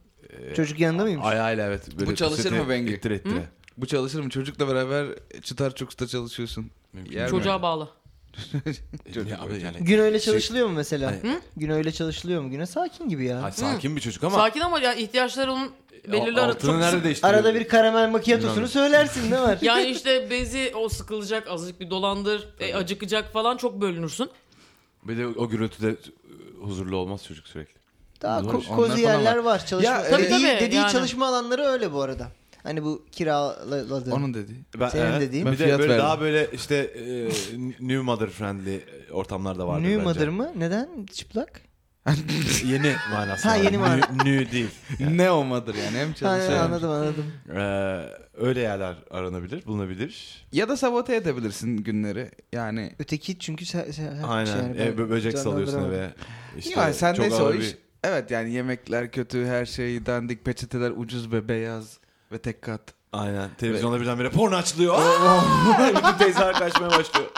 Speaker 2: Ee,
Speaker 4: Çocuk yanında mıymış?
Speaker 2: Ayağıyla evet. böyle
Speaker 5: Bu çalışır
Speaker 2: pusatı
Speaker 5: mı Bengi?
Speaker 2: İttire ittire.
Speaker 5: Bu çalışır mı? Çocukla beraber çıtar çuksta çalışıyorsun.
Speaker 2: Mümkün
Speaker 5: Yer
Speaker 2: değil.
Speaker 3: Çocuğa bağlı.
Speaker 5: Çocuk-
Speaker 2: Ya abi yani.
Speaker 4: Gün öyle çalışılıyor mu mesela?
Speaker 2: Ay-
Speaker 4: Gün öyle çalışılıyor mu? Güne sakin gibi ya.
Speaker 2: Ay, sakin bir çocuk ama
Speaker 3: Sakin ama ya ihtiyaçları onun belirli ara-
Speaker 2: altını
Speaker 3: çok
Speaker 2: nerede
Speaker 3: sık-
Speaker 2: değiştiriyor?
Speaker 4: Arada bir karamel makyatosunu
Speaker 2: Bilmiyorum.
Speaker 4: söylersin ne var?
Speaker 3: Yani işte bezi o sıkılacak azıcık bir dolandır e, acıkacak falan çok bölünürsün.
Speaker 2: Bir de o gürültüde e, huzurlu olmaz çocuk sürekli.
Speaker 4: Daha
Speaker 2: Doğru.
Speaker 4: ko-
Speaker 2: Onlar
Speaker 4: kozu
Speaker 5: falan
Speaker 4: yerler var. Çalışma.
Speaker 5: Ya,
Speaker 4: dediği,
Speaker 3: Tabii, tabii,
Speaker 4: dediği
Speaker 3: yani.
Speaker 4: çalışma alanları öyle bu arada. Hani bu kiraladı.
Speaker 5: Onun dediği.
Speaker 2: Ben,
Speaker 4: Senin dediğin.
Speaker 2: Bir
Speaker 5: Ben
Speaker 2: de
Speaker 5: fiyat
Speaker 2: böyle
Speaker 5: verdim.
Speaker 2: daha böyle işte e, new mother friendly ortamlar da vardır
Speaker 4: New
Speaker 2: bence.
Speaker 4: mother mı? Neden çıplak?
Speaker 2: Yeni manası.
Speaker 4: Ha,
Speaker 2: var.
Speaker 4: yeni manası.
Speaker 2: New, new değil.
Speaker 5: Ne olmadır yani hem
Speaker 4: Ha,
Speaker 5: çalışıyor. hem-
Speaker 4: anladım anladım.
Speaker 2: Ee, öyle yerler aranabilir, bulunabilir.
Speaker 5: Ya da sabote edebilirsin günleri. Yani
Speaker 4: Öteki çünkü se- se- her
Speaker 2: Aynen.
Speaker 4: şey yani
Speaker 2: E,
Speaker 4: ben
Speaker 2: bö- böcek salıyorsun
Speaker 4: canlandıramam.
Speaker 2: eve. İşte
Speaker 5: ya sen
Speaker 2: çok
Speaker 5: neyse o
Speaker 2: ağır
Speaker 5: iş. Evet yani yemekler kötü, her şey dandik, peçeteler ucuz ve beyaz ve tek kat.
Speaker 2: Aynen. Televizyonda birdenbire porno açılıyor. Aa! Bütün teyzeler kaçmaya başlıyor.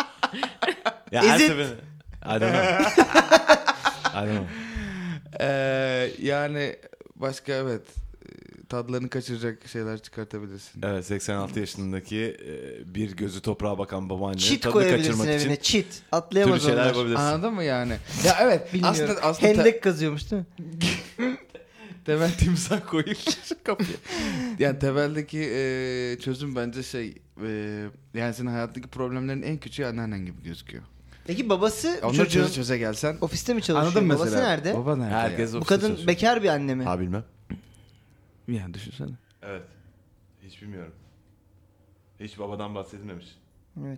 Speaker 2: ya her
Speaker 4: Is it?
Speaker 2: seferinde- I don't know. I don't know.
Speaker 5: Ee, yani başka evet e, tadlarını kaçıracak şeyler çıkartabilirsin.
Speaker 2: Evet 86 yaşındaki e, bir gözü toprağa bakan babaanne
Speaker 4: Çit
Speaker 2: tadını
Speaker 4: koyabilirsin
Speaker 2: kaçırmak
Speaker 4: evine
Speaker 2: için
Speaker 4: çit.
Speaker 2: türlü
Speaker 4: Atlayamaz
Speaker 2: şeyler
Speaker 4: onlar.
Speaker 2: yapabilirsin.
Speaker 5: Anladın mı yani? Ya evet
Speaker 4: Bilmiyorum.
Speaker 5: aslında aslında te-
Speaker 4: Hendek kazıyormuş değil mi?
Speaker 5: temel timsah koyulur kapıya. Yani temeldeki e, çözüm bence şey e, yani senin hayattaki problemlerin en küçüğü anneannen gibi gözüküyor.
Speaker 4: Peki babası
Speaker 5: Onları
Speaker 4: E, çocuğun
Speaker 5: çöze çöze gelsen
Speaker 4: ofiste mi çalışıyor?
Speaker 5: anladın mesela.
Speaker 4: babası nerede?
Speaker 5: Baba nerede?
Speaker 2: Herkes
Speaker 4: bu
Speaker 2: ofiste
Speaker 4: kadın
Speaker 2: çalışıyor.
Speaker 4: bekar bir anne mi?
Speaker 2: Ha bilmem.
Speaker 5: Ya. Yani düşünsene.
Speaker 2: Evet. Hiç bilmiyorum. Hiç babadan bahsedilmemiş.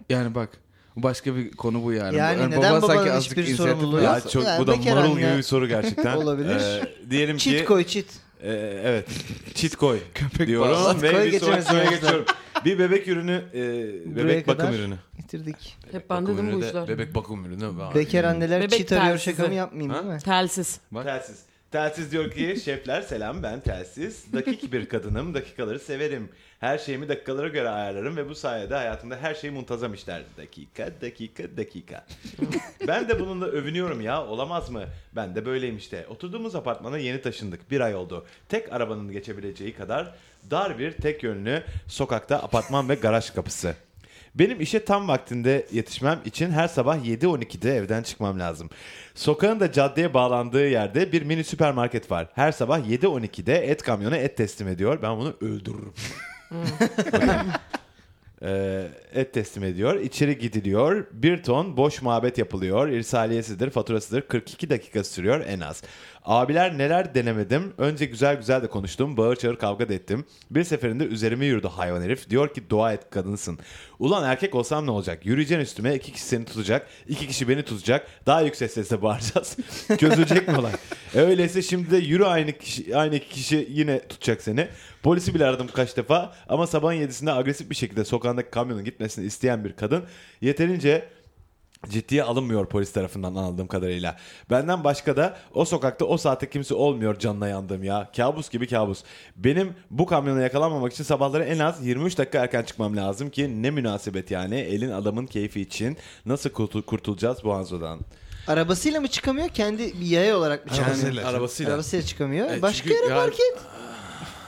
Speaker 5: Yani bak başka bir konu bu yani.
Speaker 4: Yani
Speaker 5: Bu-
Speaker 4: neden
Speaker 5: baba
Speaker 4: babanın
Speaker 5: sanki azıcık
Speaker 4: hiçbir
Speaker 5: inisiyatif
Speaker 4: sorumluluğu
Speaker 5: alıyor.
Speaker 2: Ya
Speaker 4: Nasıl?
Speaker 2: çok
Speaker 4: Yani
Speaker 2: bu da
Speaker 4: bekar
Speaker 2: marul
Speaker 4: anne.
Speaker 2: gibi bir soru gerçekten.
Speaker 4: Olabilir.
Speaker 2: Ee, diyelim ki
Speaker 4: Çit koy çit.
Speaker 2: e, evet. Çit koy
Speaker 5: Köpek
Speaker 2: diyorum
Speaker 4: bağlat,
Speaker 2: ve
Speaker 4: koy,
Speaker 2: bir sonraki
Speaker 4: geçemez
Speaker 2: soruya
Speaker 4: yoksa.
Speaker 2: geçiyorum. Bir bebek ürünü, e, bebek bakım
Speaker 4: kadar.
Speaker 2: ürünü.
Speaker 4: Bitirdik.
Speaker 2: E,
Speaker 3: Hep ben dedim bu işler.
Speaker 2: Bebek bakım ürünü. var.
Speaker 4: Bekar anneler
Speaker 3: Bebek
Speaker 4: çit arıyor
Speaker 3: telsizi.
Speaker 4: şakamı yapmayayım
Speaker 2: Ha?
Speaker 4: değil mi?
Speaker 3: Telsiz.
Speaker 5: Bak.
Speaker 2: Telsiz. Telsiz diyor ki şefler selam ben telsiz. Dakik bir kadınım dakikaları severim. Her şeyimi dakikalara göre ayarlarım ve bu sayede hayatımda her şey muntazam işler. Dakika dakika dakika. ben de bununla övünüyorum ya olamaz mı? Ben de böyleyim işte. Oturduğumuz apartmana yeni taşındık bir ay oldu. Tek arabanın geçebileceği kadar dar bir tek yönlü sokakta apartman ve garaj kapısı. Benim işe tam vaktinde yetişmem için her sabah 7.12'de evden çıkmam lazım. Sokağın da caddeye bağlandığı yerde bir mini süpermarket var. Her sabah 7.12'de et kamyonu et teslim ediyor. Ben bunu öldürürüm. Bakın. Ee, et teslim ediyor. İçeri gidiliyor. Bir ton boş muhabbet yapılıyor. İrsaliyesidir, faturasıdır. 42 dakika sürüyor en az. Abiler neler denemedim. Önce güzel güzel de konuştum. Bağır çağır kavga da ettim. Bir seferinde üzerime yürüdü hayvan herif. Diyor ki dua et kadınsın. Ulan erkek olsam ne olacak? Yürüyeceksin üstüme. iki kişi seni tutacak. iki kişi beni tutacak. Daha yüksek sesle bağıracağız. Çözülecek mi olay? E, Öyleyse şimdi de yürü aynı kişi, aynı iki kişi yine tutacak seni. Polisi bile aradım kaç defa ama sabahın yedisinde agresif bir şekilde sokağındaki kamyonun gitmesini isteyen bir kadın yeterince ciddiye alınmıyor polis tarafından anladığım kadarıyla. Benden başka da o sokakta o saate kimse olmuyor canına yandım ya. Kabus gibi kabus. Benim bu kamyona yakalanmamak için sabahları en az 23 dakika erken çıkmam lazım ki ne münasebet yani elin adamın keyfi için nasıl kurtul- kurtulacağız bu hanzodan?
Speaker 4: Arabasıyla mı çıkamıyor? Kendi bir yaya olarak mı çıkamıyor?
Speaker 5: Arabasıyla.
Speaker 2: Arabasıyla.
Speaker 4: Arabasıyla çıkamıyor.
Speaker 2: E,
Speaker 4: Başka
Speaker 2: çünkü
Speaker 4: yere
Speaker 2: ya-
Speaker 4: park et.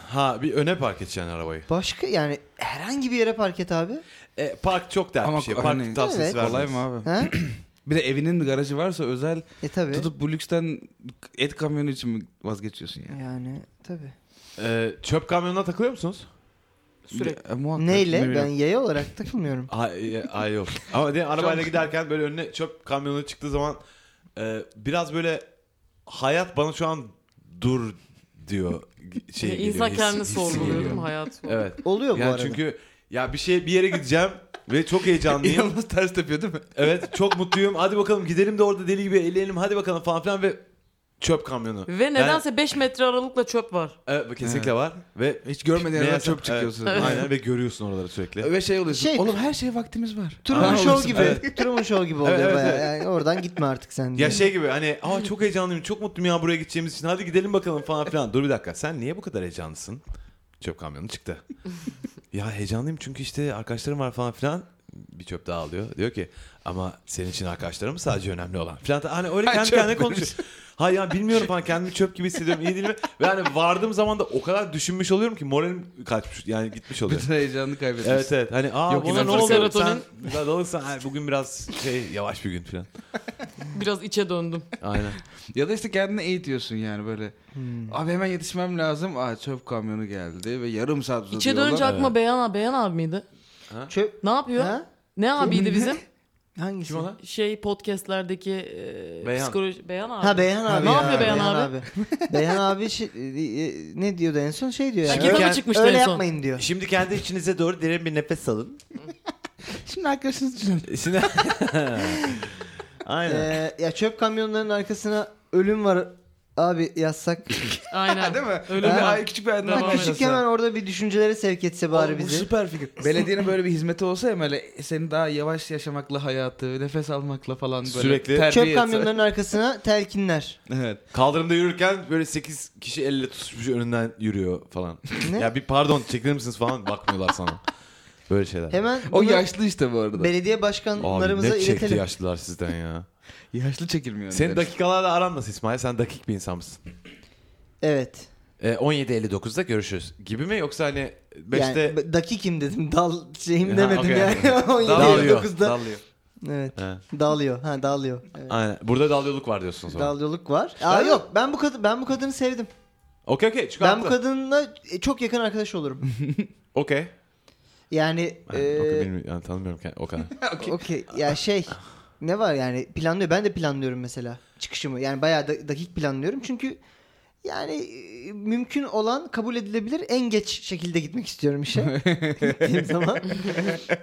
Speaker 2: Ha bir öne park edeceksin arabayı.
Speaker 4: Başka yani herhangi bir yere park et abi.
Speaker 2: E, park çok dert
Speaker 5: Ama hani
Speaker 2: bir şey. Park
Speaker 5: örneğin-
Speaker 2: tavsiyesi
Speaker 4: Evet.
Speaker 2: vermez.
Speaker 5: Kolay mı abi?
Speaker 4: Ha?
Speaker 5: Bir de evinin garajı varsa özel
Speaker 4: E tabi.
Speaker 5: tutup bu lüksten et kamyonu için mi vazgeçiyorsun yani?
Speaker 4: Yani tabi.
Speaker 2: E, çöp kamyonuna takılıyor musunuz?
Speaker 3: Sürekli.
Speaker 5: E, muhakkak, ne
Speaker 4: Neyle?
Speaker 5: bileyim.
Speaker 4: Ben yaya olarak takılmıyorum.
Speaker 2: Ay, e, ay yok. Ama de, arabayla
Speaker 5: Çok-
Speaker 2: giderken böyle önüne çöp kamyonu çıktığı zaman e, biraz böyle hayat bana şu an dur diyor g- şey geliyor.
Speaker 3: İnsan
Speaker 2: his-
Speaker 3: kendini
Speaker 2: hissi
Speaker 3: sorguluyor
Speaker 2: geliyor.
Speaker 3: değil mi hayatı?
Speaker 2: Evet.
Speaker 4: Oluyor bu
Speaker 2: Yani
Speaker 4: arada.
Speaker 2: çünkü ya bir şey bir yere gideceğim ve çok heyecanlıyım.
Speaker 5: Yalnız ters tepiyor değil mi?
Speaker 2: evet çok mutluyum. Hadi bakalım gidelim de orada deli gibi eğlenelim. Hadi bakalım falan filan ve çöp kamyonu.
Speaker 3: Ve nedense 5 metre aralıkla çöp var.
Speaker 2: Evet, kesinlikle var ve
Speaker 5: Hiç görmediğin yerden
Speaker 2: meğerse-
Speaker 5: çöp çıkıyorsun.
Speaker 2: Evet. Aynen ve görüyorsun oraları sürekli.
Speaker 5: Ve şey oluyorsun.
Speaker 4: Şey-
Speaker 5: Oğlum her şeye vaktimiz var.
Speaker 4: Truman
Speaker 5: Aa,
Speaker 4: Show
Speaker 5: olursun.
Speaker 4: gibi.
Speaker 2: Evet.
Speaker 4: Truman Show gibi oluyor
Speaker 2: Evet, evet,
Speaker 4: bayağı.
Speaker 2: evet.
Speaker 4: Yani oradan gitme artık sen. diye.
Speaker 2: Ya şey gibi hani aa çok heyecanlıyım çok mutluyum ya buraya gideceğimiz için hadi gidelim bakalım falan filan. Dur bir dakika sen niye bu kadar heyecanlısın? Çöp kamyonu çıktı. ya heyecanlıyım çünkü işte arkadaşlarım var falan filan. Bir çöp daha alıyor. Diyor ki ama senin için arkadaşlarım mı sadece önemli olan falan. Hani öyle
Speaker 5: Ha,
Speaker 2: kendi
Speaker 5: çöp
Speaker 2: kendine
Speaker 5: demiş.
Speaker 2: konuşuyor. Hayır ya bilmiyorum falan kendimi çöp gibi hissediyorum iyi değil mi? Ve hani vardığım zaman da o kadar düşünmüş oluyorum ki moralim kaçmış yani gitmiş oluyor.
Speaker 5: Bütün heyecanını kaybetmişsin.
Speaker 2: Evet evet hani aa
Speaker 5: Yok,
Speaker 2: buna ne
Speaker 5: inanılmaz.
Speaker 2: oluyor sen
Speaker 3: Serotonin.
Speaker 2: biraz alırsan ha, bugün biraz şey yavaş bir gün falan.
Speaker 3: Biraz içe döndüm.
Speaker 2: Aynen.
Speaker 5: Ya da işte kendini eğitiyorsun yani böyle.
Speaker 4: Hmm.
Speaker 5: Abi hemen yetişmem lazım. Aa çöp kamyonu geldi ve yarım saat uzadı
Speaker 3: İçe
Speaker 5: yola.
Speaker 3: dönünce aklıma Beyan abi, Beyan abi miydi?
Speaker 4: Çöp.
Speaker 3: Ne yapıyor?
Speaker 4: Ha?
Speaker 3: Ne abiydi bizim?
Speaker 4: Hangisi?
Speaker 2: Kim o lan?
Speaker 3: Şey podcastlerdeki e,
Speaker 2: Beyan.
Speaker 3: psikoloji... Beyan abi.
Speaker 4: Ha Beyhan abi.
Speaker 3: ne
Speaker 4: ya,
Speaker 3: yapıyor Beyhan abi?
Speaker 4: Beyhan abi şey- e, e, ne diyordu en son? Şey diyor yani.
Speaker 3: Şirkete
Speaker 4: Öyle,
Speaker 3: mi çıkmıştı
Speaker 4: öyle
Speaker 3: en son?
Speaker 4: yapmayın diyor.
Speaker 2: Şimdi kendi içinize doğru derin bir nefes alın.
Speaker 5: Şimdi arkadaşınız düşünün.
Speaker 2: Şimdi... Aynen.
Speaker 4: Ee, ya çöp kamyonlarının arkasına ölüm var abi yazsak.
Speaker 3: Aynen.
Speaker 5: Değil mi?
Speaker 3: Öyle
Speaker 5: Öyle
Speaker 4: mi?
Speaker 5: Ay, küçük bir aydınlatma.
Speaker 3: Devam
Speaker 4: Küçük hemen orada bir düşüncelere sevk etse bari
Speaker 5: Bu
Speaker 4: bizi.
Speaker 5: süper fikir. Belediyenin böyle bir hizmeti olsa ya böyle seni daha yavaş yaşamakla hayatı, nefes almakla falan böyle
Speaker 2: Sürekli-
Speaker 5: terbiye
Speaker 4: Çöp
Speaker 5: etse.
Speaker 4: kamyonlarının arkasına telkinler.
Speaker 5: Evet.
Speaker 2: Kaldırımda yürürken böyle 8 kişi elle tutuşmuş önünden yürüyor falan.
Speaker 4: Ne?
Speaker 2: Ya bir pardon çekilir misiniz falan bakmıyorlar sana. Böyle şeyler.
Speaker 4: Hemen
Speaker 5: O
Speaker 4: bunu
Speaker 5: yaşlı işte bu arada.
Speaker 4: belediye
Speaker 2: Abi
Speaker 4: başkanlarımıza
Speaker 2: ne çekti
Speaker 4: iletelim.
Speaker 2: yaşlılar sizden ya.
Speaker 5: Yaşlı çekilmiyor.
Speaker 2: Senin
Speaker 5: deriz.
Speaker 2: dakikalarla aran nasıl İsmail? Sen dakik bir insan mısın?
Speaker 4: Evet.
Speaker 2: E, 17.59'da görüşürüz gibi mi yoksa hani 5'te
Speaker 4: Yani be- dakikim dedim. Dal şeyim
Speaker 2: Ha,
Speaker 4: demedim
Speaker 2: okey.
Speaker 4: yani. 17
Speaker 2: dalıyor.
Speaker 4: 9'da.
Speaker 2: dalıyor.
Speaker 4: Evet.
Speaker 2: He.
Speaker 4: Dağılıyor. Ha dağılıyor. Evet.
Speaker 2: Aynen. Burada dalıyorluk var diyorsun sonra.
Speaker 4: Dağılıyorluk var. Aa yok. Ben bu kadın ben bu kadını sevdim.
Speaker 2: Okey okey çıkarttı.
Speaker 4: Ben bu kadınla e, çok yakın arkadaş olurum.
Speaker 2: Okey.
Speaker 4: Yani e,
Speaker 2: Ha, okey,
Speaker 4: eee
Speaker 2: bilmiyorum. Yani tanımıyorum kend- o kadar.
Speaker 4: okey ya şey ne var yani planlıyor. Ben de planlıyorum mesela çıkışımı. Yani bayağı da- dakik planlıyorum. Çünkü yani e, mümkün olan kabul edilebilir en geç şekilde gitmek istiyorum işe. Gittiğim zaman.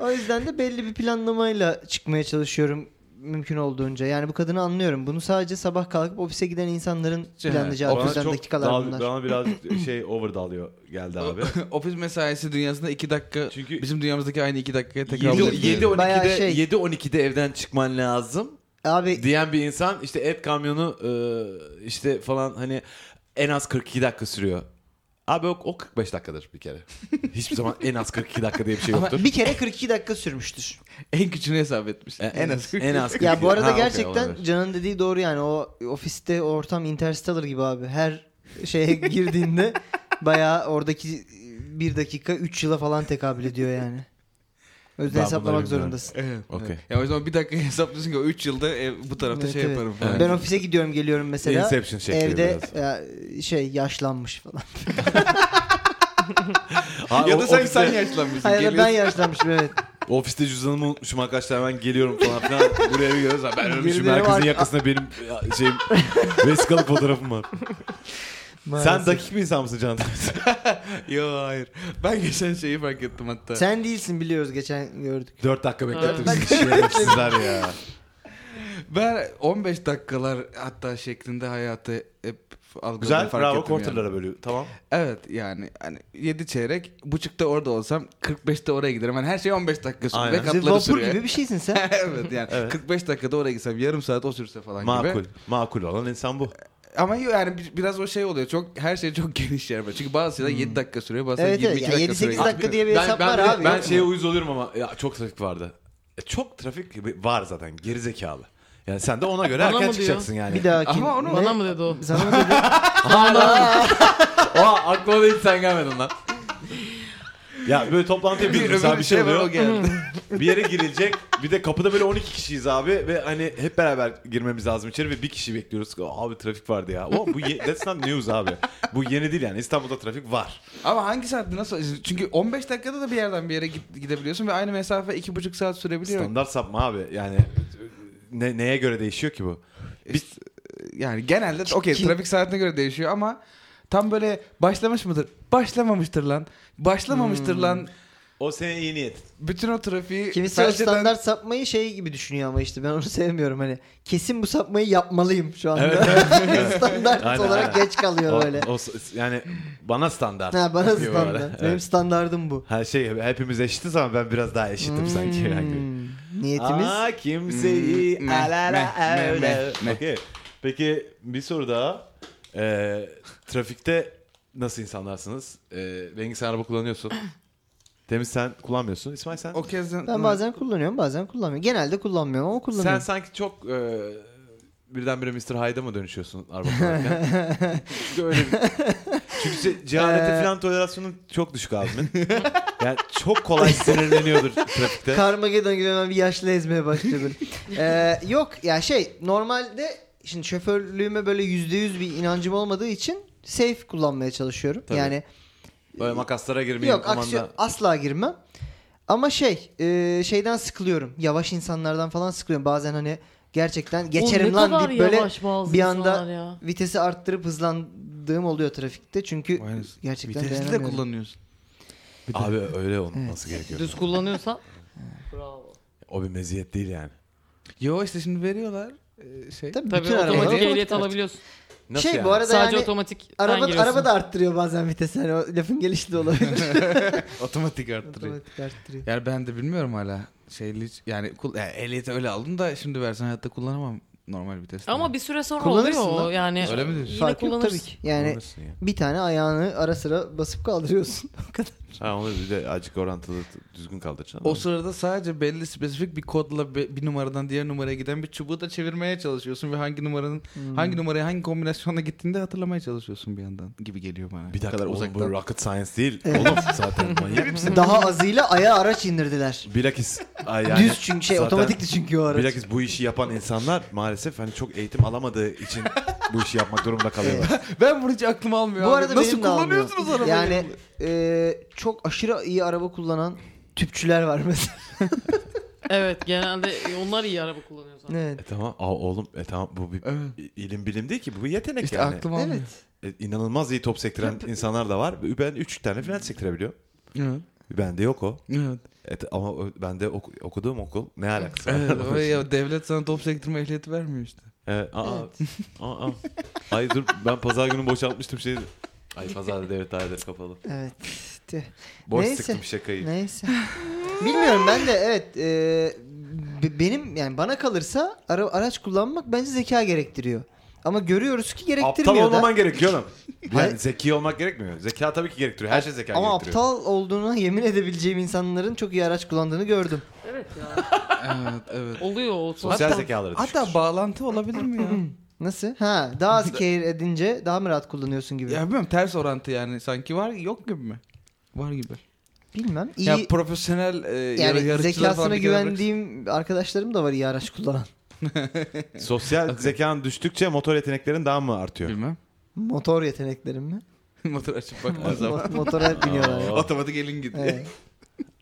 Speaker 4: o yüzden de belli bir planlamayla çıkmaya çalışıyorum mümkün olduğunca. Yani bu kadını anlıyorum. Bunu sadece sabah kalkıp ofise giden insanların planlayacağı
Speaker 2: Bana
Speaker 4: düzen
Speaker 2: çok
Speaker 4: dakikalar
Speaker 2: dal-
Speaker 4: bunlar.
Speaker 2: Bana biraz şey over dalıyor geldi abi.
Speaker 5: Ofis mesaisi dünyasında 2 dakika
Speaker 2: Çünkü
Speaker 5: bizim dünyamızdaki aynı 2 dakikaya tekabül ediyor.
Speaker 2: 7
Speaker 4: Bayağı
Speaker 2: 12'de
Speaker 4: şey. E-
Speaker 2: 7 12'de evden çıkman lazım
Speaker 4: Abi
Speaker 2: diyen bir insan işte et kamyonu e, işte falan hani en az 42 dakika sürüyor. Abi o, o 45 dakikadır bir kere. Hiçbir zaman en az 42 dakika diye bir şey yoktur.
Speaker 4: bir kere 42 dakika sürmüştür.
Speaker 5: En küçüğünü hesap etmiş.
Speaker 2: E, en az en az 42.
Speaker 4: Ya bu arada
Speaker 2: Ha, okey,
Speaker 4: gerçekten
Speaker 2: olabilir.
Speaker 4: Can'ın dediği doğru yani o ofiste o ortam Interstellar gibi abi. Her şeye girdiğinde bayağı oradaki bir dakika 3 yıla falan tekabül ediyor yani. O yüzden
Speaker 2: Ben bunları
Speaker 4: hesaplamak
Speaker 2: bilmiyorum.
Speaker 4: zorundasın.
Speaker 5: Evet.
Speaker 2: Okey.
Speaker 5: evet. Ya o zaman bir dakika hesaplıyorsun ki o 3 yılda e, bu tarafta
Speaker 4: Evet,
Speaker 5: şey
Speaker 4: evet.
Speaker 5: yaparım falan.
Speaker 2: Evet.
Speaker 4: Ben ofise gidiyorum geliyorum mesela.
Speaker 2: Inception şekli
Speaker 4: Evde
Speaker 2: biraz.
Speaker 4: ya, şey yaşlanmış falan.
Speaker 2: Ha,
Speaker 5: Ya
Speaker 2: o-
Speaker 5: da sen
Speaker 2: ofiste-
Speaker 5: sen yaşlanmışsın.
Speaker 4: Hayır ben
Speaker 5: geliyorsun.
Speaker 4: yaşlanmışım evet.
Speaker 2: Ofiste cüzdanımı unutmuşum arkadaşlar hemen geliyorum falan filan. Buraya bir görüyoruz. Ha, Ben ölmüşüm.
Speaker 4: Birileri
Speaker 2: Herkesin
Speaker 4: var.
Speaker 2: yakasında benim ya, şeyim vesikalık fotoğrafım var. Sen
Speaker 4: Maalesef.
Speaker 2: dakik bir insan mısın Can?
Speaker 5: Yo hayır. Ben geçen şeyi fark ettim hatta.
Speaker 4: Sen değilsin biliyoruz geçen gördük.
Speaker 2: 4 dakika bekletti
Speaker 3: Evet.
Speaker 2: bizi. Şerefsizler ya.
Speaker 5: Ben 15 dakikalar hatta şeklinde hayatı hep algıladım.
Speaker 2: Güzel
Speaker 5: fark
Speaker 2: bravo
Speaker 5: ettim yani.
Speaker 2: quarterlara bölüyor. Tamam.
Speaker 5: Evet yani hani 7 çeyrek buçukta orada olsam 45'te oraya giderim. Hani her şey 15 dakika sürüyor
Speaker 2: Aynen.
Speaker 5: ve
Speaker 4: Siz
Speaker 5: katları
Speaker 4: vapur
Speaker 5: sürüyor.
Speaker 4: gibi bir şeysin sen.
Speaker 5: evet yani 45 dakikada oraya gitsem yarım saat o sürse falan
Speaker 2: Makul.
Speaker 5: gibi.
Speaker 2: Makul olan insan bu.
Speaker 5: Ama yani bi- biraz o şey oluyor. Çok her şey çok geniş yer var. Çünkü bazı şeyler 7 dakika sürüyor, bazı
Speaker 4: Hmm. Evet,
Speaker 5: şeyler
Speaker 4: evet.
Speaker 5: 22
Speaker 4: Yani
Speaker 5: dakika
Speaker 4: 7-8
Speaker 5: sürüyor.
Speaker 4: dakika diye bir hesap var
Speaker 2: bir de-
Speaker 4: abi.
Speaker 2: Ben şey-
Speaker 4: Yok
Speaker 2: şeye
Speaker 4: mu?
Speaker 2: uyuz oluyorum ama ya çok trafik vardı. E, çok trafik gibi var zaten gerizekalı. Yani sen de ona göre
Speaker 3: Bana mı
Speaker 2: erken
Speaker 3: diyor?
Speaker 2: çıkacaksın yani.
Speaker 4: Bir daha kim?
Speaker 5: Ama onu-
Speaker 4: Ne?
Speaker 3: Bana mı dedi o?
Speaker 4: Sana mı dedi?
Speaker 2: Oha aklıma da hiç sen gelmedin lan. Ya böyle toplantıya bir mesela
Speaker 5: öbür
Speaker 2: bir şey
Speaker 5: var,
Speaker 2: oluyor.
Speaker 5: o geldi.
Speaker 2: bir yere girilecek. Bir de kapıda böyle 12 kişiyiz abi ve hani hep beraber girmemiz lazım içeri ve bir kişi bekliyoruz. Abi trafik vardı ya. O bu ye- that's not news abi. Bu yeni değil yani. İstanbul'da trafik var.
Speaker 5: Ama hangi saatte nasıl? Çünkü 15 dakikada da bir yerden bir yere git- gidebiliyorsun ve aynı mesafe 2,5 saat sürebiliyor.
Speaker 2: Standart sapma abi. Yani ne- neye göre değişiyor ki bu?
Speaker 5: Biz, yani genelde okey trafik saatine göre değişiyor ama tam böyle başlamış mıdır? Başlamamıştır lan. Başlamamıştır lan.
Speaker 2: O senin iyi niyetin.
Speaker 5: Bütün o trafiği
Speaker 4: Hmm. Kimisi o
Speaker 5: felçeden-
Speaker 4: standart sapmayı şey gibi düşünüyor ama işte ben onu sevmiyorum hani. Kesin bu sapmayı yapmalıyım şu anda. standart
Speaker 2: Aynen,
Speaker 4: olarak
Speaker 2: aynen.
Speaker 4: geç kalıyor
Speaker 2: O-
Speaker 4: böyle.
Speaker 2: o s- yani bana standart.
Speaker 4: Ha bana
Speaker 2: diyor
Speaker 4: standart.
Speaker 2: böyle.
Speaker 4: Benim
Speaker 2: Evet.
Speaker 4: standardım bu.
Speaker 2: Her şey hepimiz eşitiz ama ben biraz daha eşitim sanki. Yani.
Speaker 4: Hmm, Niyetimiz
Speaker 2: Aa, kimseyi
Speaker 5: Hmm, meh,
Speaker 2: alala
Speaker 5: meh,
Speaker 2: öyle.
Speaker 5: meh, meh.
Speaker 2: Okey. Peki bir soru daha. Ee, trafikte nasıl insanlarsınız? Ee, Bengi sen araba kullanıyorsun. Temiz sen kullanmıyorsun. İsmail sen?
Speaker 5: O kez
Speaker 4: ben bazen kullanıyorum bazen kullanmıyorum. Genelde kullanmıyorum ama
Speaker 2: Sen
Speaker 4: kullanıyorum.
Speaker 2: sanki çok e, birdenbire Mr. Hyde'a mı dönüşüyorsun araba kullanırken? Çünkü öyle bir... Çünkü ce- cehalete
Speaker 4: Ee,
Speaker 2: falan tolerasyonun çok düşük abimin. yani çok kolay sinirleniyordur trafikte.
Speaker 4: Karmageddon gibi hemen bir yaşlı ezmeye başladım. Ee, yok ya şey normalde şimdi şoförlüğüme böyle yüzde yüz bir inancım olmadığı için safe kullanmaya çalışıyorum.
Speaker 2: Tabii.
Speaker 4: Yani
Speaker 2: Böyle makaslara girmeyeyim
Speaker 4: Yok
Speaker 2: aman
Speaker 4: aksiyon
Speaker 2: da.
Speaker 4: asla girmem. Ama şey e, şeyden sıkılıyorum. Yavaş insanlardan falan sıkılıyorum. Bazen hani gerçekten geçerim
Speaker 3: Oğlum ne
Speaker 4: lan
Speaker 3: kadar
Speaker 4: deyip böyle
Speaker 3: yavaş bazı
Speaker 4: bir anda
Speaker 3: insanlar ya.
Speaker 4: vitesi arttırıp hızlandığım oluyor trafikte. Çünkü gerçekten
Speaker 5: Vitesli de
Speaker 4: dayanamıyorum.
Speaker 5: kullanıyorsun.
Speaker 2: Abi öyle olması gerekiyor.
Speaker 3: Düz kullanıyorsan. Bravo.
Speaker 2: O bir meziyet değil yani.
Speaker 5: Yo işte şimdi veriyorlar e, şey.
Speaker 4: Tabii,
Speaker 3: Tabii
Speaker 4: bütün arabalar
Speaker 3: otomatik
Speaker 4: otomatik
Speaker 3: ehliyet
Speaker 4: artık.
Speaker 3: alabiliyorsun.
Speaker 2: Nasıl
Speaker 4: Şey
Speaker 2: yani?
Speaker 4: bu arada
Speaker 3: Sadece
Speaker 4: yani
Speaker 3: otomatik
Speaker 4: araba,
Speaker 3: giriyorsun.
Speaker 4: araba da arttırıyor bazen vitesi. Hani o lafın gelişi de olabilir.
Speaker 5: Otomatik arttırıyor.
Speaker 4: otomatik arttırıyor.
Speaker 5: Yani ben de bilmiyorum hala. Şeyli yani, kul, yani ehliyeti öyle aldım da şimdi versen hayatta kullanamam normal vitesle.
Speaker 3: Ama bir süre sonra
Speaker 4: Kullanırsın
Speaker 3: oluyor o
Speaker 4: lan.
Speaker 3: yani.
Speaker 5: Öyle mi diyorsun?
Speaker 3: Yine
Speaker 4: Fark yok
Speaker 3: kullanırsın.
Speaker 4: tabii ki. Yani
Speaker 2: Orası ya.
Speaker 4: bir tane ayağını ara sıra basıp kaldırıyorsun. o kadar.
Speaker 2: Ha onu bir de acık orantılı t- düzgün Hani kaldıracaksın.
Speaker 5: O sırada sadece belli spesifik bir kodla be- bir numaradan diğer numaraya giden bir çubuğu da çevirmeye çalışıyorsun ve hangi numaranın
Speaker 4: Hmm.
Speaker 5: hangi numaraya hangi kombinasyonla gittiğini de hatırlamaya çalışıyorsun bir yandan gibi geliyor bana.
Speaker 2: bir
Speaker 5: Bu
Speaker 2: dakika oğlum bu rocket science değil.
Speaker 4: Evet.
Speaker 2: Oğlum zaten manyak mısın?
Speaker 4: Daha azıyla ayağa araç indirdiler.
Speaker 2: Bilakis ay yani
Speaker 4: Düz çünkü şey
Speaker 2: zaten-
Speaker 4: otomatikti çünkü o araç.
Speaker 2: Bilakis bu işi yapan insanlar maalesef hani çok eğitim alamadığı için bu işi yapmak durumunda kalıyorlar.
Speaker 5: Ben bunu hiç aklım almıyor.
Speaker 4: Bu
Speaker 5: abi.
Speaker 4: arada
Speaker 5: Nasıl
Speaker 4: benim de almıyor.
Speaker 5: kullanıyorsunuz arabayı?
Speaker 4: Yani e, çok aşırı iyi araba kullanan tüpçüler var mesela.
Speaker 3: Evet genelde onlar iyi araba kullanıyor zaten.
Speaker 4: evet.
Speaker 2: e tamam aa, oğlum e tamam bu bir
Speaker 5: Evet.
Speaker 2: ilim bilim değil ki bu bir yetenek
Speaker 5: İşte
Speaker 2: yani.
Speaker 5: aklım almıyor.
Speaker 4: evet.
Speaker 2: E, inanılmaz iyi top sektiren insanlar da var. Ben 3 tane falan sektirebiliyorum.
Speaker 5: Evet.
Speaker 2: Bende yok o.
Speaker 5: Evet.
Speaker 2: E, t- ama o- bende oku- okuduğum okul ne alakası var?
Speaker 5: Evet. o ya, devlet sana top sektirme ehliyeti vermiyor işte.
Speaker 2: Evet. Ee, Aa, aa, aa. Ay dur ben pazar günü boşaltmıştım şeyi. Ay pazar devlet daireleri kapalı.
Speaker 4: Evet. Tüh.
Speaker 2: Boş
Speaker 4: Neyse.
Speaker 2: sıktım şakayı.
Speaker 4: Neyse. Bilmiyorum ben de evet e, b- benim yani bana kalırsa ara- araç kullanmak bence zeka gerektiriyor. Ama görüyoruz ki
Speaker 2: Aptal
Speaker 4: gerektirmiyor da.
Speaker 2: olmaman gerekiyor oğlum.
Speaker 4: Hayır.
Speaker 2: Yani zeki olmak gerekmiyor. Zeka tabii ki gerektiriyor. Her şey zeka
Speaker 4: Ama
Speaker 2: gerektiriyor.
Speaker 4: aptal olduğuna yemin edebileceğim insanların çok iyi araç kullandığını gördüm.
Speaker 3: Evet ya.
Speaker 5: evet evet.
Speaker 3: Oluyor o
Speaker 2: Sosyal zekaları düşüktür.
Speaker 5: Hatta bağlantı olabilir mi ya?
Speaker 4: Nasıl? Ha, daha az care edince daha mı rahat kullanıyorsun gibi.
Speaker 5: ya bilmiyorum ters orantı yani sanki var yok gibi mi? Var gibi.
Speaker 4: Bilmem. İyi,
Speaker 5: Ya profesyonel e,
Speaker 4: Yani
Speaker 5: yarı- yarışçılar falan
Speaker 4: zekasına
Speaker 5: bir kenara
Speaker 4: güvendiğim arkadaşlarım da var iyi araç kullanan.
Speaker 2: Sosyal zekan düştükçe motor yeteneklerin daha mı
Speaker 5: bırak-
Speaker 2: artıyor?
Speaker 5: Bilmem.
Speaker 4: Motor yeteneklerim mi?
Speaker 5: Motor açıp bakma zaman.
Speaker 4: Mo- Motora biniyorlar.
Speaker 5: Otomatik elin gidiyor.
Speaker 4: Evet.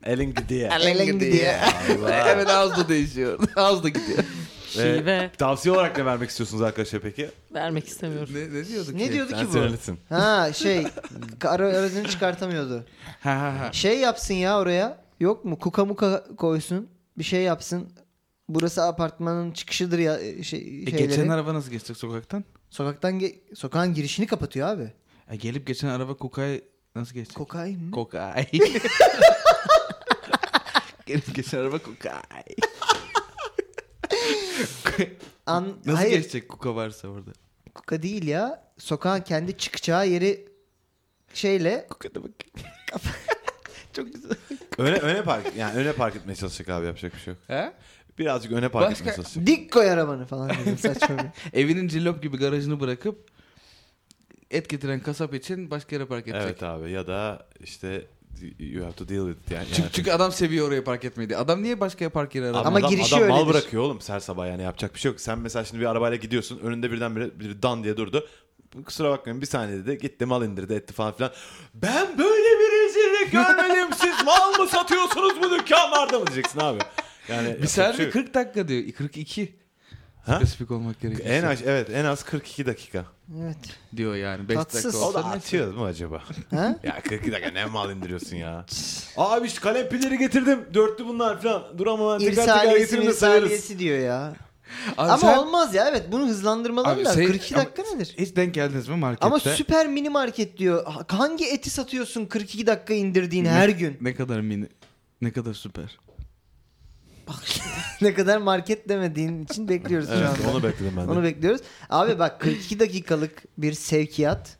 Speaker 2: Elin gidiyor.
Speaker 4: Elin gidiyor.
Speaker 5: evet ağız da değişiyor. ağız da gidiyor.
Speaker 2: Ee,
Speaker 3: Şive
Speaker 2: Tavsiye olarak ne vermek istiyorsunuz arkadaşlar peki?
Speaker 3: vermek istemiyorum.
Speaker 5: ne, ne diyorduk
Speaker 4: Ne
Speaker 5: ki?
Speaker 4: diyordu
Speaker 2: Sen
Speaker 4: ki bu?
Speaker 2: sinirlisin.
Speaker 4: Ha şey ara- aracını çıkartamıyordu.
Speaker 5: Ha ha ha.
Speaker 4: Şey yapsın ya oraya. Yok mu? Kuka muka koysun. Bir şey yapsın. burası apartmanın çıkışıdır ya şey
Speaker 5: E,
Speaker 4: şeyleri.
Speaker 5: geçen araba nasıl geçecek sokaktan?
Speaker 4: Sokaktan ge- sokağın girişini kapatıyor abi.
Speaker 5: E, gelip geçen araba kokay nasıl geçecek?
Speaker 4: Kokay mı?
Speaker 5: kokay. gelip geçen araba kokay.
Speaker 4: An-
Speaker 5: Nasıl
Speaker 4: Hayır
Speaker 5: geçecek koka varsa orada?
Speaker 4: koka değil ya. Sokağın kendi çıkacağı yeri şeyle
Speaker 5: Koka da bak. Çok güzel.
Speaker 2: Öne, öne park yani öne park etmeye çalışacak abi yapacak bir şey yok.
Speaker 5: He?
Speaker 2: Birazcık öne park
Speaker 5: Başka-
Speaker 2: etmeye çalışacak.
Speaker 4: dik koy arabanı falan dedim saçma bir.
Speaker 5: Evinin cillop gibi garajını bırakıp et getiren kasap için başka yere park edecek.
Speaker 2: Evet abi ya da işte you have to deal with it yani.
Speaker 5: Çünkü, çünkü adam seviyor oraya park etmeyi diye. Adam niye başka park yeri arar?
Speaker 2: Abi
Speaker 4: Ama
Speaker 2: adam,
Speaker 4: girişi
Speaker 2: adam mal
Speaker 4: öyledir.
Speaker 2: bırakıyor oğlum ser sabah yani yapacak bir şey yok. Sen mesela şimdi bir arabayla gidiyorsun önünde birden biri, biri dan diye durdu. Kusura bakmayın bir saniyede de gitti mal indirdi etti falan filan. Ben böyle bir rezillik görmedim siz mal mı satıyorsunuz bu dükkanlarda mı diyeceksin abi. Yani
Speaker 5: Bir
Speaker 2: yapacak
Speaker 5: servis
Speaker 2: şey yok.
Speaker 5: 40 dakika diyor. 42.
Speaker 2: Ha?
Speaker 5: Spesifik olmak gerekiyor.
Speaker 2: en az evet en az 42 dakika.
Speaker 4: Evet.
Speaker 5: diyor yani. 5
Speaker 4: Tatsız.
Speaker 5: dakika
Speaker 2: O da
Speaker 5: olsa neyse.
Speaker 2: atıyor mu acaba?
Speaker 4: Ha?
Speaker 2: Ya 42 dakika ne mal indiriyorsun ya. Abi işte kalem pilleri getirdim. Dörtlü bunlar falan. Dur ama ben tekrar tekrar
Speaker 4: İrsaliyesi
Speaker 2: getirin de sayarız.
Speaker 4: mirsaliyesi diyor ya.
Speaker 5: Abi
Speaker 4: Ama
Speaker 5: sen-
Speaker 4: olmaz ya evet bunu hızlandırmaları
Speaker 5: Abi
Speaker 4: lazım.
Speaker 5: sen-
Speaker 4: 42
Speaker 5: ama-
Speaker 4: dakika nedir?
Speaker 5: Hiç denk geldiniz mi markette?
Speaker 4: Ama süper mini market diyor. Ha- Hangi eti satıyorsun 42 dakika indirdiğin her gün?
Speaker 5: Ne kadar mini. Ne kadar süper.
Speaker 4: ne kadar market demediğin için bekliyoruz şu
Speaker 2: Evet
Speaker 4: anda.
Speaker 2: onu bekledim ben de.
Speaker 4: Onu bekliyoruz. Abi bak 42 dakikalık bir sevkiyat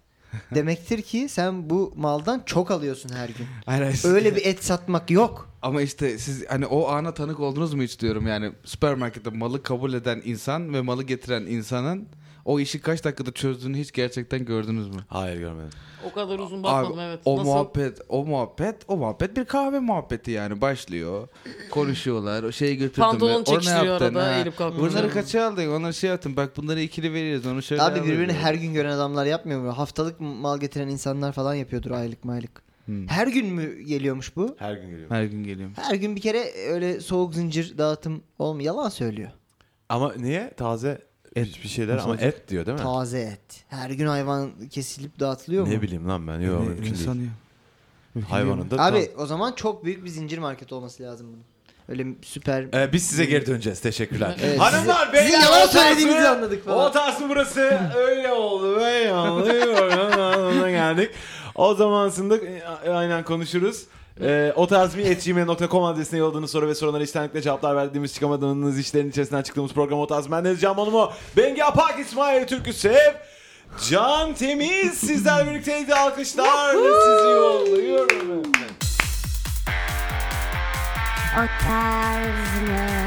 Speaker 4: demektir ki sen bu maldan çok alıyorsun her gün.
Speaker 5: Hayır, hayır.
Speaker 4: Öyle bir et satmak yok.
Speaker 5: Ama işte siz hani o ana tanık oldunuz mu hiç diyorum yani süpermarkette malı kabul eden insan ve malı getiren insanın o işi kaç dakikada çözdüğünü hiç gerçekten gördünüz mü?
Speaker 2: Hayır görmedim.
Speaker 3: O kadar uzun bakmadım
Speaker 5: Abi,
Speaker 3: evet.
Speaker 5: O
Speaker 3: Nasıl?
Speaker 5: muhabbet, o muhabbet, o muhabbet bir kahve muhabbeti yani başlıyor. Konuşuyorlar. O şeyi götürdün
Speaker 3: Pantolon
Speaker 5: mü? O ne
Speaker 3: çekiştiriyor
Speaker 5: yaptın,
Speaker 3: arada,
Speaker 5: ha?
Speaker 3: eğilip kalkıyor.
Speaker 5: Bunları
Speaker 3: Hmm.
Speaker 5: kaça aldın? Onları şey yaptın. Bak bunları ikili veririz. Onu şöyle
Speaker 4: Abi
Speaker 5: alırız.
Speaker 4: birbirini her gün gören adamlar yapmıyor mu? Haftalık mal getiren insanlar falan yapıyordur aylık maylık.
Speaker 5: Hmm.
Speaker 4: Her gün mü geliyormuş bu?
Speaker 2: Her gün geliyorum.
Speaker 5: her gün geliyorum.
Speaker 4: Her gün bir kere öyle soğuk zincir dağıtım olmuyor. Yalan söylüyor.
Speaker 2: Ama niye? Taze et, bir şeyler ama
Speaker 5: olacak?
Speaker 2: et diyor değil mi?
Speaker 4: Taze et. Her gün hayvan kesilip dağıtılıyor mu?
Speaker 2: ne bileyim lan ben. Yok mümkün değil.
Speaker 5: İnsan ya.
Speaker 2: Hayvanın da
Speaker 4: Abi o zaman çok büyük bir zincir market olması lazım bunun. Öyle süper
Speaker 2: Ee, biz size geri döneceğiz. Teşekkürler.
Speaker 4: Evet,
Speaker 2: Hanımlar,
Speaker 4: size-
Speaker 2: beyler.
Speaker 4: sizin yalan
Speaker 2: o tarzı-
Speaker 4: söylediğinizi anladık falan.
Speaker 2: O tarzı burası. Öyle oldu. Böyle oldu. Ona geldik. O zamansında e, a- aynen konuşuruz. Ee, o tarz bir etgmail.com adresine yolladığınız soru ve sorulara içtenlikle cevaplar verdiğimiz çıkamadığınız işlerin içerisinden çıktığımız program o tarz. Ben Deniz Can Bonomo, Bengi Apak, İsmail Türkü Sev, Can Temiz sizler birlikteydi alkışlar ve sizi yolluyorum.
Speaker 6: Otarz mı?